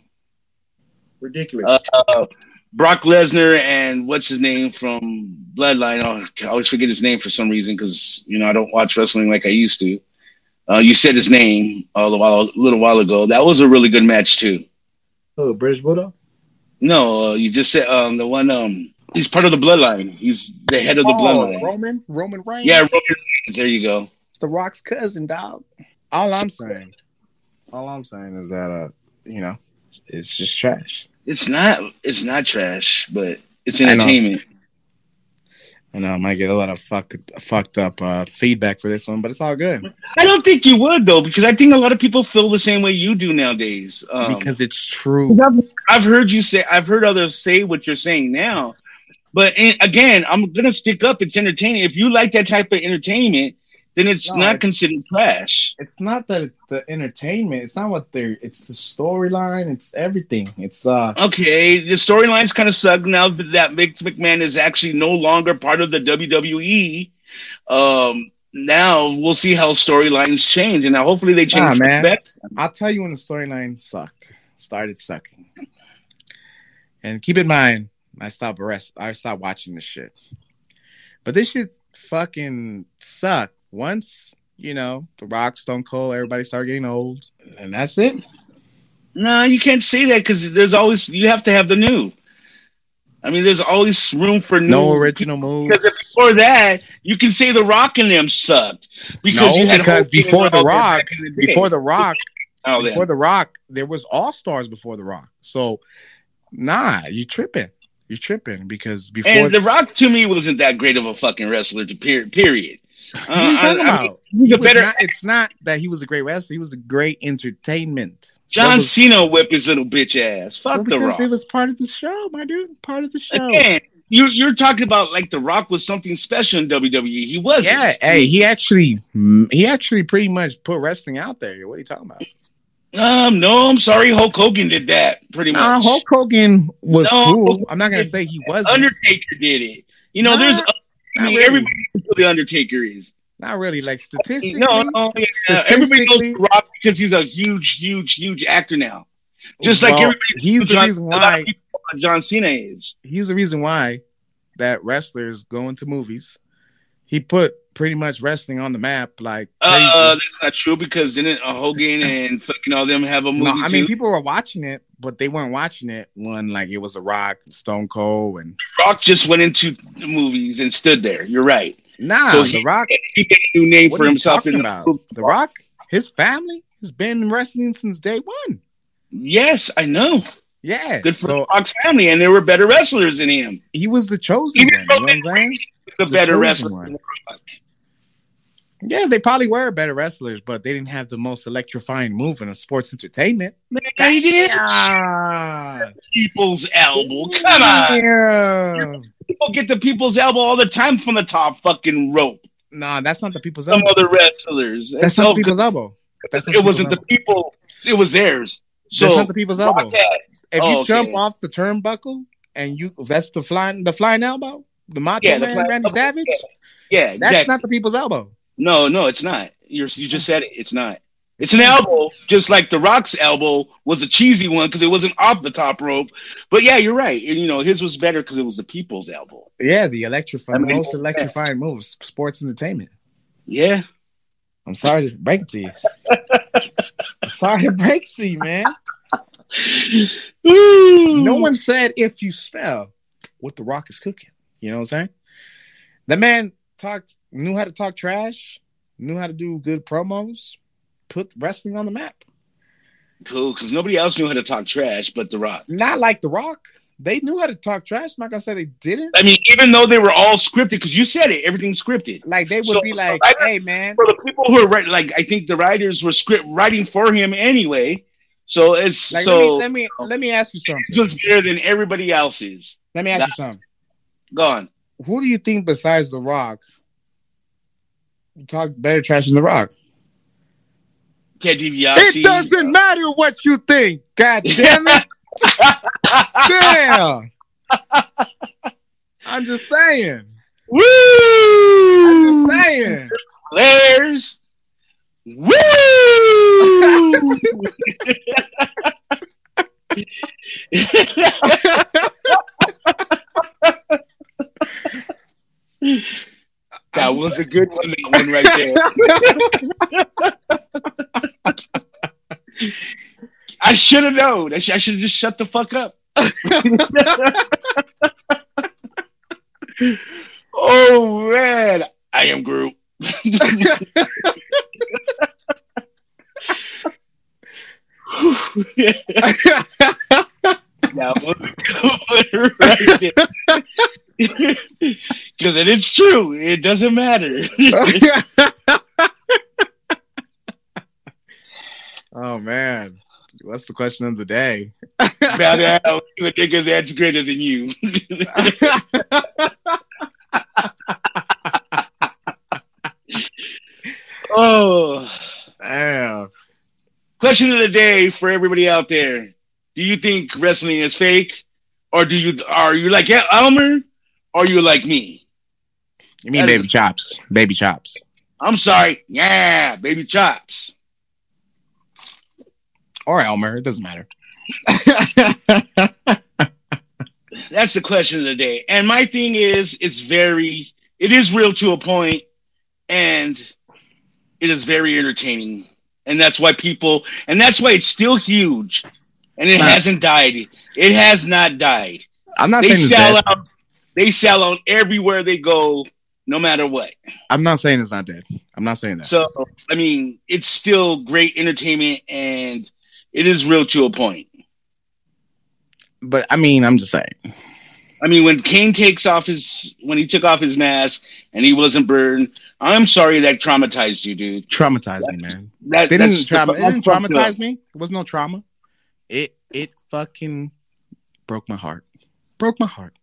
[SPEAKER 4] Ridiculous.
[SPEAKER 2] Uh, uh, Brock Lesnar and what's his name from Bloodline. Oh, I always forget his name for some reason because you know I don't watch wrestling like I used to. Uh, you said his name a little while, a little while ago. That was a really good match too.
[SPEAKER 4] oh, British Bulldog.
[SPEAKER 2] No, uh, you just said um the one um he's part of the bloodline. He's the head of the bloodline.
[SPEAKER 1] Oh, Roman, Roman Reigns.
[SPEAKER 2] Yeah, Roman Reigns. There you go.
[SPEAKER 1] It's The Rock's cousin, dog. All I'm saying, all I'm saying is that uh, you know, it's just trash.
[SPEAKER 2] It's not it's not trash, but it's
[SPEAKER 1] I know.
[SPEAKER 2] entertainment.
[SPEAKER 1] I know I might get a lot of fucked fucked up uh, feedback for this one, but it's all good
[SPEAKER 2] I, don't think you would though, because I think a lot of people feel the same way you do nowadays. Um,
[SPEAKER 1] because it's true.
[SPEAKER 2] I've, I've heard you say I've heard others say what you're saying now, but in, again, I'm gonna stick up. It's entertaining. If you like that type of entertainment, then it's
[SPEAKER 1] No,
[SPEAKER 2] not
[SPEAKER 1] it's-
[SPEAKER 2] considered trash.
[SPEAKER 1] It's not that it- the entertainment. It's not what they're. It's the storyline. It's everything. It's uh.
[SPEAKER 2] Okay, the storylines kind of suck now that Vince McMahon is actually no longer part of the WWE. E. Um, now we'll see how storylines change, and now hopefully they
[SPEAKER 1] Nah,
[SPEAKER 2] change
[SPEAKER 1] man.
[SPEAKER 2] back.
[SPEAKER 1] I'll tell you when the storyline sucked, started sucking. And keep in mind, I stopped rest. I stopped watching this shit. But this shit fucking sucked. Once you know, The Rock, Stone Cold, everybody started getting old, and that's it.
[SPEAKER 2] No, you can't say that because there's always you have to have the new. I mean, there's always room for new.
[SPEAKER 1] No original moves.
[SPEAKER 2] Mm-hmm. Because if before that, you can say the Rock and them sucked because
[SPEAKER 1] no,
[SPEAKER 2] you had
[SPEAKER 1] because
[SPEAKER 2] Hogan and
[SPEAKER 1] before the
[SPEAKER 2] all that
[SPEAKER 1] Rock,
[SPEAKER 2] back in the day.
[SPEAKER 1] before the Rock,
[SPEAKER 2] Oh, then.
[SPEAKER 1] before the Rock, there was All Stars before the Rock. So, nah, you tripping, you tripping because before
[SPEAKER 2] and the Rock to me wasn't that great of a fucking wrestler. To per- period. Uh,
[SPEAKER 1] What are you talking
[SPEAKER 2] I- I mean,
[SPEAKER 1] about? He
[SPEAKER 2] he's a
[SPEAKER 1] was
[SPEAKER 2] better
[SPEAKER 1] not- it's not that he was a great wrestler. He was a great entertainment. That
[SPEAKER 2] John
[SPEAKER 1] was-
[SPEAKER 2] Cena whip his little bitch ass. Fuck
[SPEAKER 1] well,
[SPEAKER 2] the
[SPEAKER 1] because
[SPEAKER 2] Rock.
[SPEAKER 1] It was part of the show, my dude. Part of the show.
[SPEAKER 2] Again, you're you're talking about like the Rock was something special in WWE. He wasn't.
[SPEAKER 1] Yeah. Hey, he actually, mm, he actually pretty much put wrestling out there. What are you talking about?
[SPEAKER 2] Um. No, I'm sorry. Hulk Hogan did that pretty much.
[SPEAKER 1] Nah, Hulk Hogan was
[SPEAKER 2] No.
[SPEAKER 1] cool. I'm not gonna say he wasn't.
[SPEAKER 2] Undertaker did it. You know,
[SPEAKER 1] Nah,
[SPEAKER 2] there's. I
[SPEAKER 1] not
[SPEAKER 2] mean,
[SPEAKER 1] really.
[SPEAKER 2] everybody knows who the Undertaker is.
[SPEAKER 1] not really. Like statistically,
[SPEAKER 2] No, no, yeah, yeah. everybody knows
[SPEAKER 1] statistically-
[SPEAKER 2] The Rock because he's a huge, huge, huge actor now. Just like
[SPEAKER 1] well,
[SPEAKER 2] everybody,
[SPEAKER 1] he's the
[SPEAKER 2] John-
[SPEAKER 1] reason
[SPEAKER 2] a lot
[SPEAKER 1] why
[SPEAKER 2] of people know who John Cena is.
[SPEAKER 1] he's the reason why that wrestlers go into movies. He put pretty much wrestling on the map, like
[SPEAKER 2] Uh,
[SPEAKER 1] crazy.
[SPEAKER 2] uh, that's not true because didn't uh, Hogan and fucking all them have a movie
[SPEAKER 1] No, I mean
[SPEAKER 2] too?
[SPEAKER 1] people were watching it, but they weren't watching it when like it was The Rock, and Stone Cold, and
[SPEAKER 2] Rock just went into the movies and stood there. You're right.
[SPEAKER 1] nah,
[SPEAKER 2] So
[SPEAKER 1] The
[SPEAKER 2] he-
[SPEAKER 1] Rock.
[SPEAKER 2] He got a new name
[SPEAKER 1] What
[SPEAKER 2] for
[SPEAKER 1] are you
[SPEAKER 2] himself.
[SPEAKER 1] talking
[SPEAKER 2] in the
[SPEAKER 1] about?
[SPEAKER 2] movie.
[SPEAKER 1] The Rock, his family has been in wrestling since day one.
[SPEAKER 2] Yes, I know.
[SPEAKER 1] Yeah,
[SPEAKER 2] Good
[SPEAKER 1] so
[SPEAKER 2] for the Rock's family, and there were better wrestlers than him.
[SPEAKER 1] he was the chosen
[SPEAKER 2] Even
[SPEAKER 1] one. You know what I'm saying?
[SPEAKER 2] He's a
[SPEAKER 1] The
[SPEAKER 2] better
[SPEAKER 1] chosen
[SPEAKER 2] wrestler.
[SPEAKER 1] one. Yeah, they probably were better wrestlers, but they didn't have the most electrifying move in sports entertainment.
[SPEAKER 2] Man, he did.
[SPEAKER 1] Ah,
[SPEAKER 2] People's elbow. Come on.
[SPEAKER 1] Yeah.
[SPEAKER 2] People get the people's elbow all the time from the top fucking rope.
[SPEAKER 1] Nah, that's not the people's
[SPEAKER 2] Some
[SPEAKER 1] elbow.
[SPEAKER 2] other wrestlers.
[SPEAKER 1] That's
[SPEAKER 2] And
[SPEAKER 1] not
[SPEAKER 2] so,
[SPEAKER 1] the people's elbow. That's not
[SPEAKER 2] it wasn't the
[SPEAKER 1] people's
[SPEAKER 2] people. It was theirs.
[SPEAKER 1] elbow. That's
[SPEAKER 2] So
[SPEAKER 1] not the people's
[SPEAKER 2] Rock
[SPEAKER 1] elbow.
[SPEAKER 2] had-
[SPEAKER 1] if
[SPEAKER 2] Oh,
[SPEAKER 1] you
[SPEAKER 2] okay.
[SPEAKER 1] jump off the turnbuckle and you that's the flying the flying elbow, the Macho
[SPEAKER 2] Yeah, the
[SPEAKER 1] Man,
[SPEAKER 2] flying
[SPEAKER 1] Randy
[SPEAKER 2] elbow,
[SPEAKER 1] Savage,
[SPEAKER 2] yeah, yeah,
[SPEAKER 1] that's
[SPEAKER 2] exactly.
[SPEAKER 1] not the people's elbow.
[SPEAKER 2] No, no, it's not. You're, you just said it. It's not. It's
[SPEAKER 1] Hmm.
[SPEAKER 2] an elbow, just like The Rock's elbow was a cheesy one because it wasn't off the top rope. But yeah, you're right. And, you know, his was better because it was the people's elbow.
[SPEAKER 1] Yeah, the electrifying
[SPEAKER 2] I mean,
[SPEAKER 1] most electrifying moves, sports entertainment.
[SPEAKER 2] Yeah.
[SPEAKER 1] I'm sorry to break it to you. I'm sorry to break it to you, man.
[SPEAKER 2] Ooh.
[SPEAKER 1] No one said if you smell what the rock is cooking. You know what I'm saying? The man talked knew how to talk trash, knew how to do good promos, put wrestling on the map.
[SPEAKER 2] Cool, because nobody else knew how to talk trash but The Rock.
[SPEAKER 1] Not like The Rock. They knew how to talk trash. I'm not gonna say they didn't.
[SPEAKER 2] I mean, even though they were all scripted, because you said it, everything's scripted.
[SPEAKER 1] Like they would
[SPEAKER 2] So,
[SPEAKER 1] be like,
[SPEAKER 2] I-
[SPEAKER 1] "Hey, man,
[SPEAKER 2] For the people who are writing, like, I think the writers were script writing for him anyway. So it's
[SPEAKER 1] like
[SPEAKER 2] so
[SPEAKER 1] let me let me let me ask you something.
[SPEAKER 2] it was better than everybody else's.
[SPEAKER 1] Let me ask you something.
[SPEAKER 2] Gone.
[SPEAKER 1] Who do you think besides The Rock talk better trash than The Rock?
[SPEAKER 2] Ted DiBiase.
[SPEAKER 1] It doesn't matter what you think. God damn it! damn. I'm just saying.
[SPEAKER 2] Woo!
[SPEAKER 1] Just saying.
[SPEAKER 2] Flares. Woo! That was a good one, that one right there. I should have known. I, sh- I should have just shut the fuck up. oh man, I am Groot. that was a good one right there. Because it is true. It doesn't matter.
[SPEAKER 1] oh man, that's the question of the day.
[SPEAKER 2] matter how you a nigga that's greater than you. oh.
[SPEAKER 1] Damn.
[SPEAKER 2] Question of the day for everybody out there: Do you think wrestling is fake, or do you are you like Elmer, or you like me?
[SPEAKER 1] You mean
[SPEAKER 2] That is-
[SPEAKER 1] baby chops? Baby chops.
[SPEAKER 2] I'm sorry. Yeah, baby chops.
[SPEAKER 1] Or Elmer, it doesn't matter.
[SPEAKER 2] That's the question of the day. And my thing is, it's very, it is real to a point, and it is very entertaining. And that's why people, and that's why it's still huge, and it
[SPEAKER 1] Nah.
[SPEAKER 2] hasn't died. It has not died.
[SPEAKER 1] I'm not
[SPEAKER 2] They
[SPEAKER 1] saying it's
[SPEAKER 2] sell
[SPEAKER 1] dead.
[SPEAKER 2] out. They sell out everywhere they go, no matter what.
[SPEAKER 1] I'm not saying it's not dead. I'm not saying that.
[SPEAKER 2] So, I mean, it's still great entertainment, and it is real to a point.
[SPEAKER 1] but I mean, I'm just saying.
[SPEAKER 2] I mean, when Kane takes off his when he took off his mask and he wasn't burned, I'm sorry that traumatized you, dude.
[SPEAKER 1] Traumatized me, man.
[SPEAKER 2] That
[SPEAKER 1] They
[SPEAKER 2] that's-
[SPEAKER 1] didn't, trauma, it
[SPEAKER 2] that's
[SPEAKER 1] didn't
[SPEAKER 2] fucked
[SPEAKER 1] traumatize
[SPEAKER 2] up.
[SPEAKER 1] me. It was no trauma. It it fucking broke my heart. Broke my heart.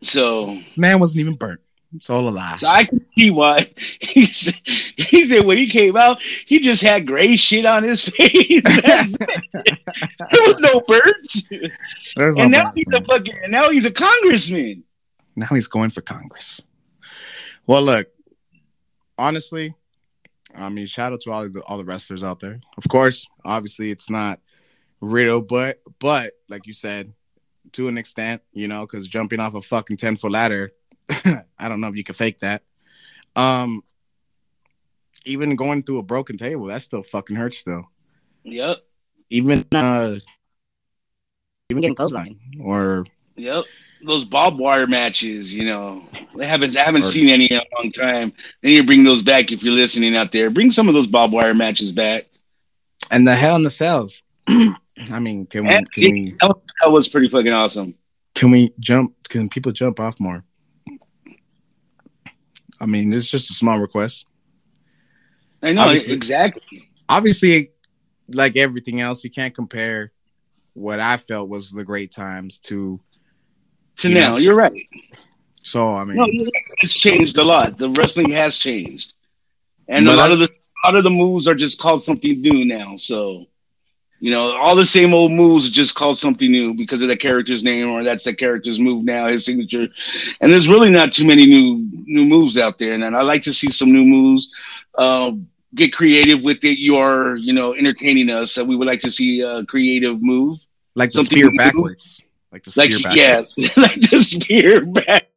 [SPEAKER 2] So,
[SPEAKER 1] Man wasn't even burnt. It's all a lie.
[SPEAKER 2] so I can see why he said, he said when he came out, he just had gray shit on his face. That's it. there was no birds,
[SPEAKER 1] There's no
[SPEAKER 2] and now
[SPEAKER 1] black
[SPEAKER 2] he's a
[SPEAKER 1] man.
[SPEAKER 2] fucking and now he's a congressman.
[SPEAKER 1] now he's going for Congress. Well, look, honestly, I mean, shout out to all the all the wrestlers out there. Of course, obviously, it's not Riddle, but but like you said, to an extent, you know, because jumping off a fucking ten foot ladder, I don't know if you can fake that. Um, even going through a broken table, that still fucking hurts. Still,
[SPEAKER 2] Yep,
[SPEAKER 1] even uh, even getting clothesline or
[SPEAKER 2] yep. Those barbed wire matches, you know, I haven't I haven't
[SPEAKER 1] Or-
[SPEAKER 2] seen any in a long time. They need to bring those back if you're listening out there. Bring some of those barbed wire matches back.
[SPEAKER 1] and the hell in the cells. I mean, can we,
[SPEAKER 2] And-
[SPEAKER 1] can we
[SPEAKER 2] That was, that was pretty fucking awesome.
[SPEAKER 1] Can we jump? Can people jump off more? I mean, it's just a small request.
[SPEAKER 2] I know
[SPEAKER 1] Obviously.
[SPEAKER 2] exactly.
[SPEAKER 1] Obviously, like everything else, you can't compare what I felt was the great times to.
[SPEAKER 2] To
[SPEAKER 1] Yeah.
[SPEAKER 2] now, you're right.
[SPEAKER 1] So I mean,
[SPEAKER 2] No, you're right. it's changed a lot. The wrestling has changed, and
[SPEAKER 1] But
[SPEAKER 2] a lot
[SPEAKER 1] I-
[SPEAKER 2] of the a lot of the moves are just called something new now. So, you know, all the same old moves just called something new because of the character's name or that's the character's move now, his signature. And there's really not too many new new moves out there, and I like to see some new moves. Uh, get creative with it. You are, you know, entertaining us. So we would like to see a creative move.
[SPEAKER 1] like the
[SPEAKER 2] something
[SPEAKER 1] spear
[SPEAKER 2] new?
[SPEAKER 1] backwards, like the spear
[SPEAKER 2] like
[SPEAKER 1] backwards.
[SPEAKER 2] yeah, like the spear back.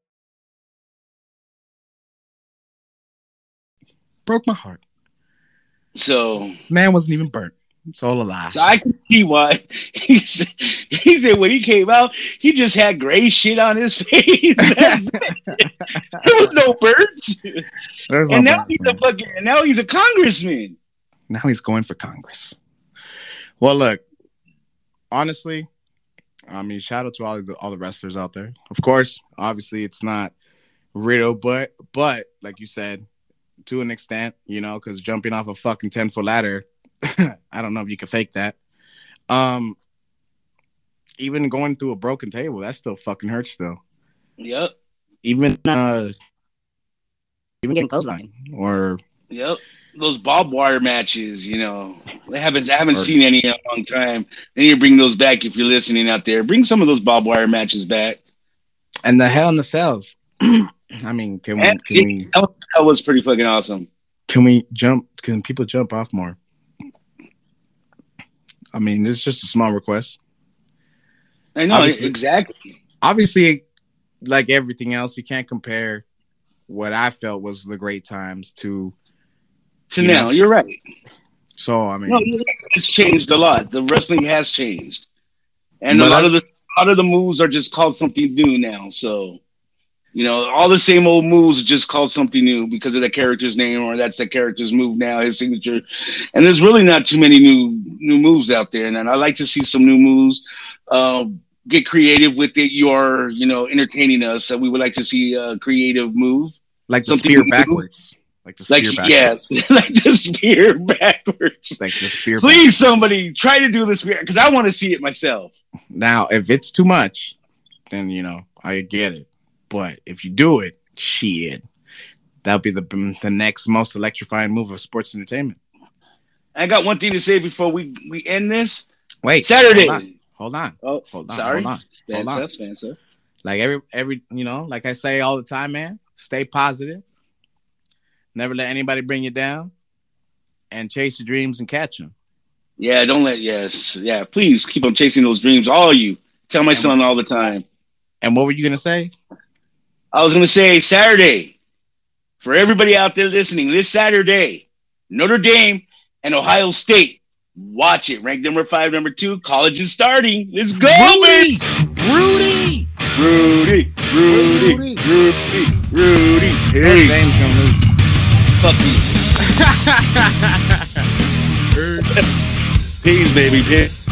[SPEAKER 1] broke my heart.
[SPEAKER 2] So,
[SPEAKER 1] Man wasn't even burnt. It's all a lie.
[SPEAKER 2] so I can see why he said, he said when he came out, he just had gray shit on his face. That's it. There was no birds,
[SPEAKER 1] There's no
[SPEAKER 2] and now
[SPEAKER 1] black
[SPEAKER 2] he's a
[SPEAKER 1] man.
[SPEAKER 2] fucking, and now he's a congressman.
[SPEAKER 1] now he's going for Congress. Well, look, honestly, I mean, shout out to all the all the wrestlers out there. Of course, obviously, it's not Riddle, but but like you said, to an extent, you know, because jumping off a fucking ten foot ladder, I don't know if you can fake that. Um, even going through a broken table, that still fucking hurts. Still,
[SPEAKER 2] Yep,
[SPEAKER 1] even uh, even
[SPEAKER 4] getting
[SPEAKER 1] getting clothesline or
[SPEAKER 2] yep. Those barbed wire matches, you know, I haven't I haven't
[SPEAKER 1] Or-
[SPEAKER 2] seen any in a long time. They need to bring those back if you're listening out there. Bring some of those barbed wire matches back.
[SPEAKER 1] and the hell in the cells. I mean, can we,
[SPEAKER 2] And-
[SPEAKER 1] can we
[SPEAKER 2] That was, that was pretty fucking awesome.
[SPEAKER 1] Can we jump? Can people jump off more? I mean, it's just a small request.
[SPEAKER 2] I know
[SPEAKER 1] Obviously.
[SPEAKER 2] exactly.
[SPEAKER 1] Obviously, like everything else, you can't compare what I felt was the great times to.
[SPEAKER 2] To
[SPEAKER 1] You
[SPEAKER 2] now,
[SPEAKER 1] know?
[SPEAKER 2] you're right.
[SPEAKER 1] So I mean,
[SPEAKER 2] No, you're right. it's changed a lot. The wrestling has changed, and
[SPEAKER 1] But
[SPEAKER 2] a lot
[SPEAKER 1] I-
[SPEAKER 2] of the a lot of the moves are just called something new now. So, you know, all the same old moves just called something new because of the character's name or that's the character's move now, his signature. And there's really not too many new new moves out there, and I like to see some new moves. Uh, get creative with it. You are, you know, entertaining us. So we would like to see a creative move.
[SPEAKER 1] like the
[SPEAKER 2] something
[SPEAKER 1] spear
[SPEAKER 2] new?
[SPEAKER 1] backwards, like the
[SPEAKER 2] Like,
[SPEAKER 1] spear backwards,
[SPEAKER 2] yeah, like the spear backwards.
[SPEAKER 1] like the spear. backwards.
[SPEAKER 2] Please, somebody try to do this because I want to see it myself.
[SPEAKER 1] Now, if it's too much, then you know I get it. But if you do it, shit, that'll be the the next most electrifying move of sports entertainment.
[SPEAKER 2] I got one thing to say before we, we end this.
[SPEAKER 1] Wait,
[SPEAKER 2] Saturday.
[SPEAKER 1] hold on, hold on.
[SPEAKER 2] Oh,
[SPEAKER 1] Hold on,
[SPEAKER 2] sorry.
[SPEAKER 1] hold on, hold
[SPEAKER 2] Spencer,
[SPEAKER 1] on.
[SPEAKER 2] Spencer.
[SPEAKER 1] like every every you know like i say all the time man stay positive Never let anybody bring you down, and chase your dreams and catch them.
[SPEAKER 2] Yeah, don't let yes, yeah. Please keep on chasing those dreams. All you tell my son all the time.
[SPEAKER 1] And what were you gonna say?
[SPEAKER 2] I was gonna say Saturday for everybody out there listening. This Saturday, Notre Dame and Ohio State. Watch it. Rank number five, number two. College is starting. Let's go,
[SPEAKER 1] Rudy,
[SPEAKER 2] baby.
[SPEAKER 1] Rudy,
[SPEAKER 2] Rudy, Rudy,
[SPEAKER 1] Rudy.
[SPEAKER 2] Rudy, Rudy, Rudy.
[SPEAKER 1] Notre
[SPEAKER 2] Hey,
[SPEAKER 1] Dame's gonna lose.
[SPEAKER 2] fuck you. Peace, baby. Peace.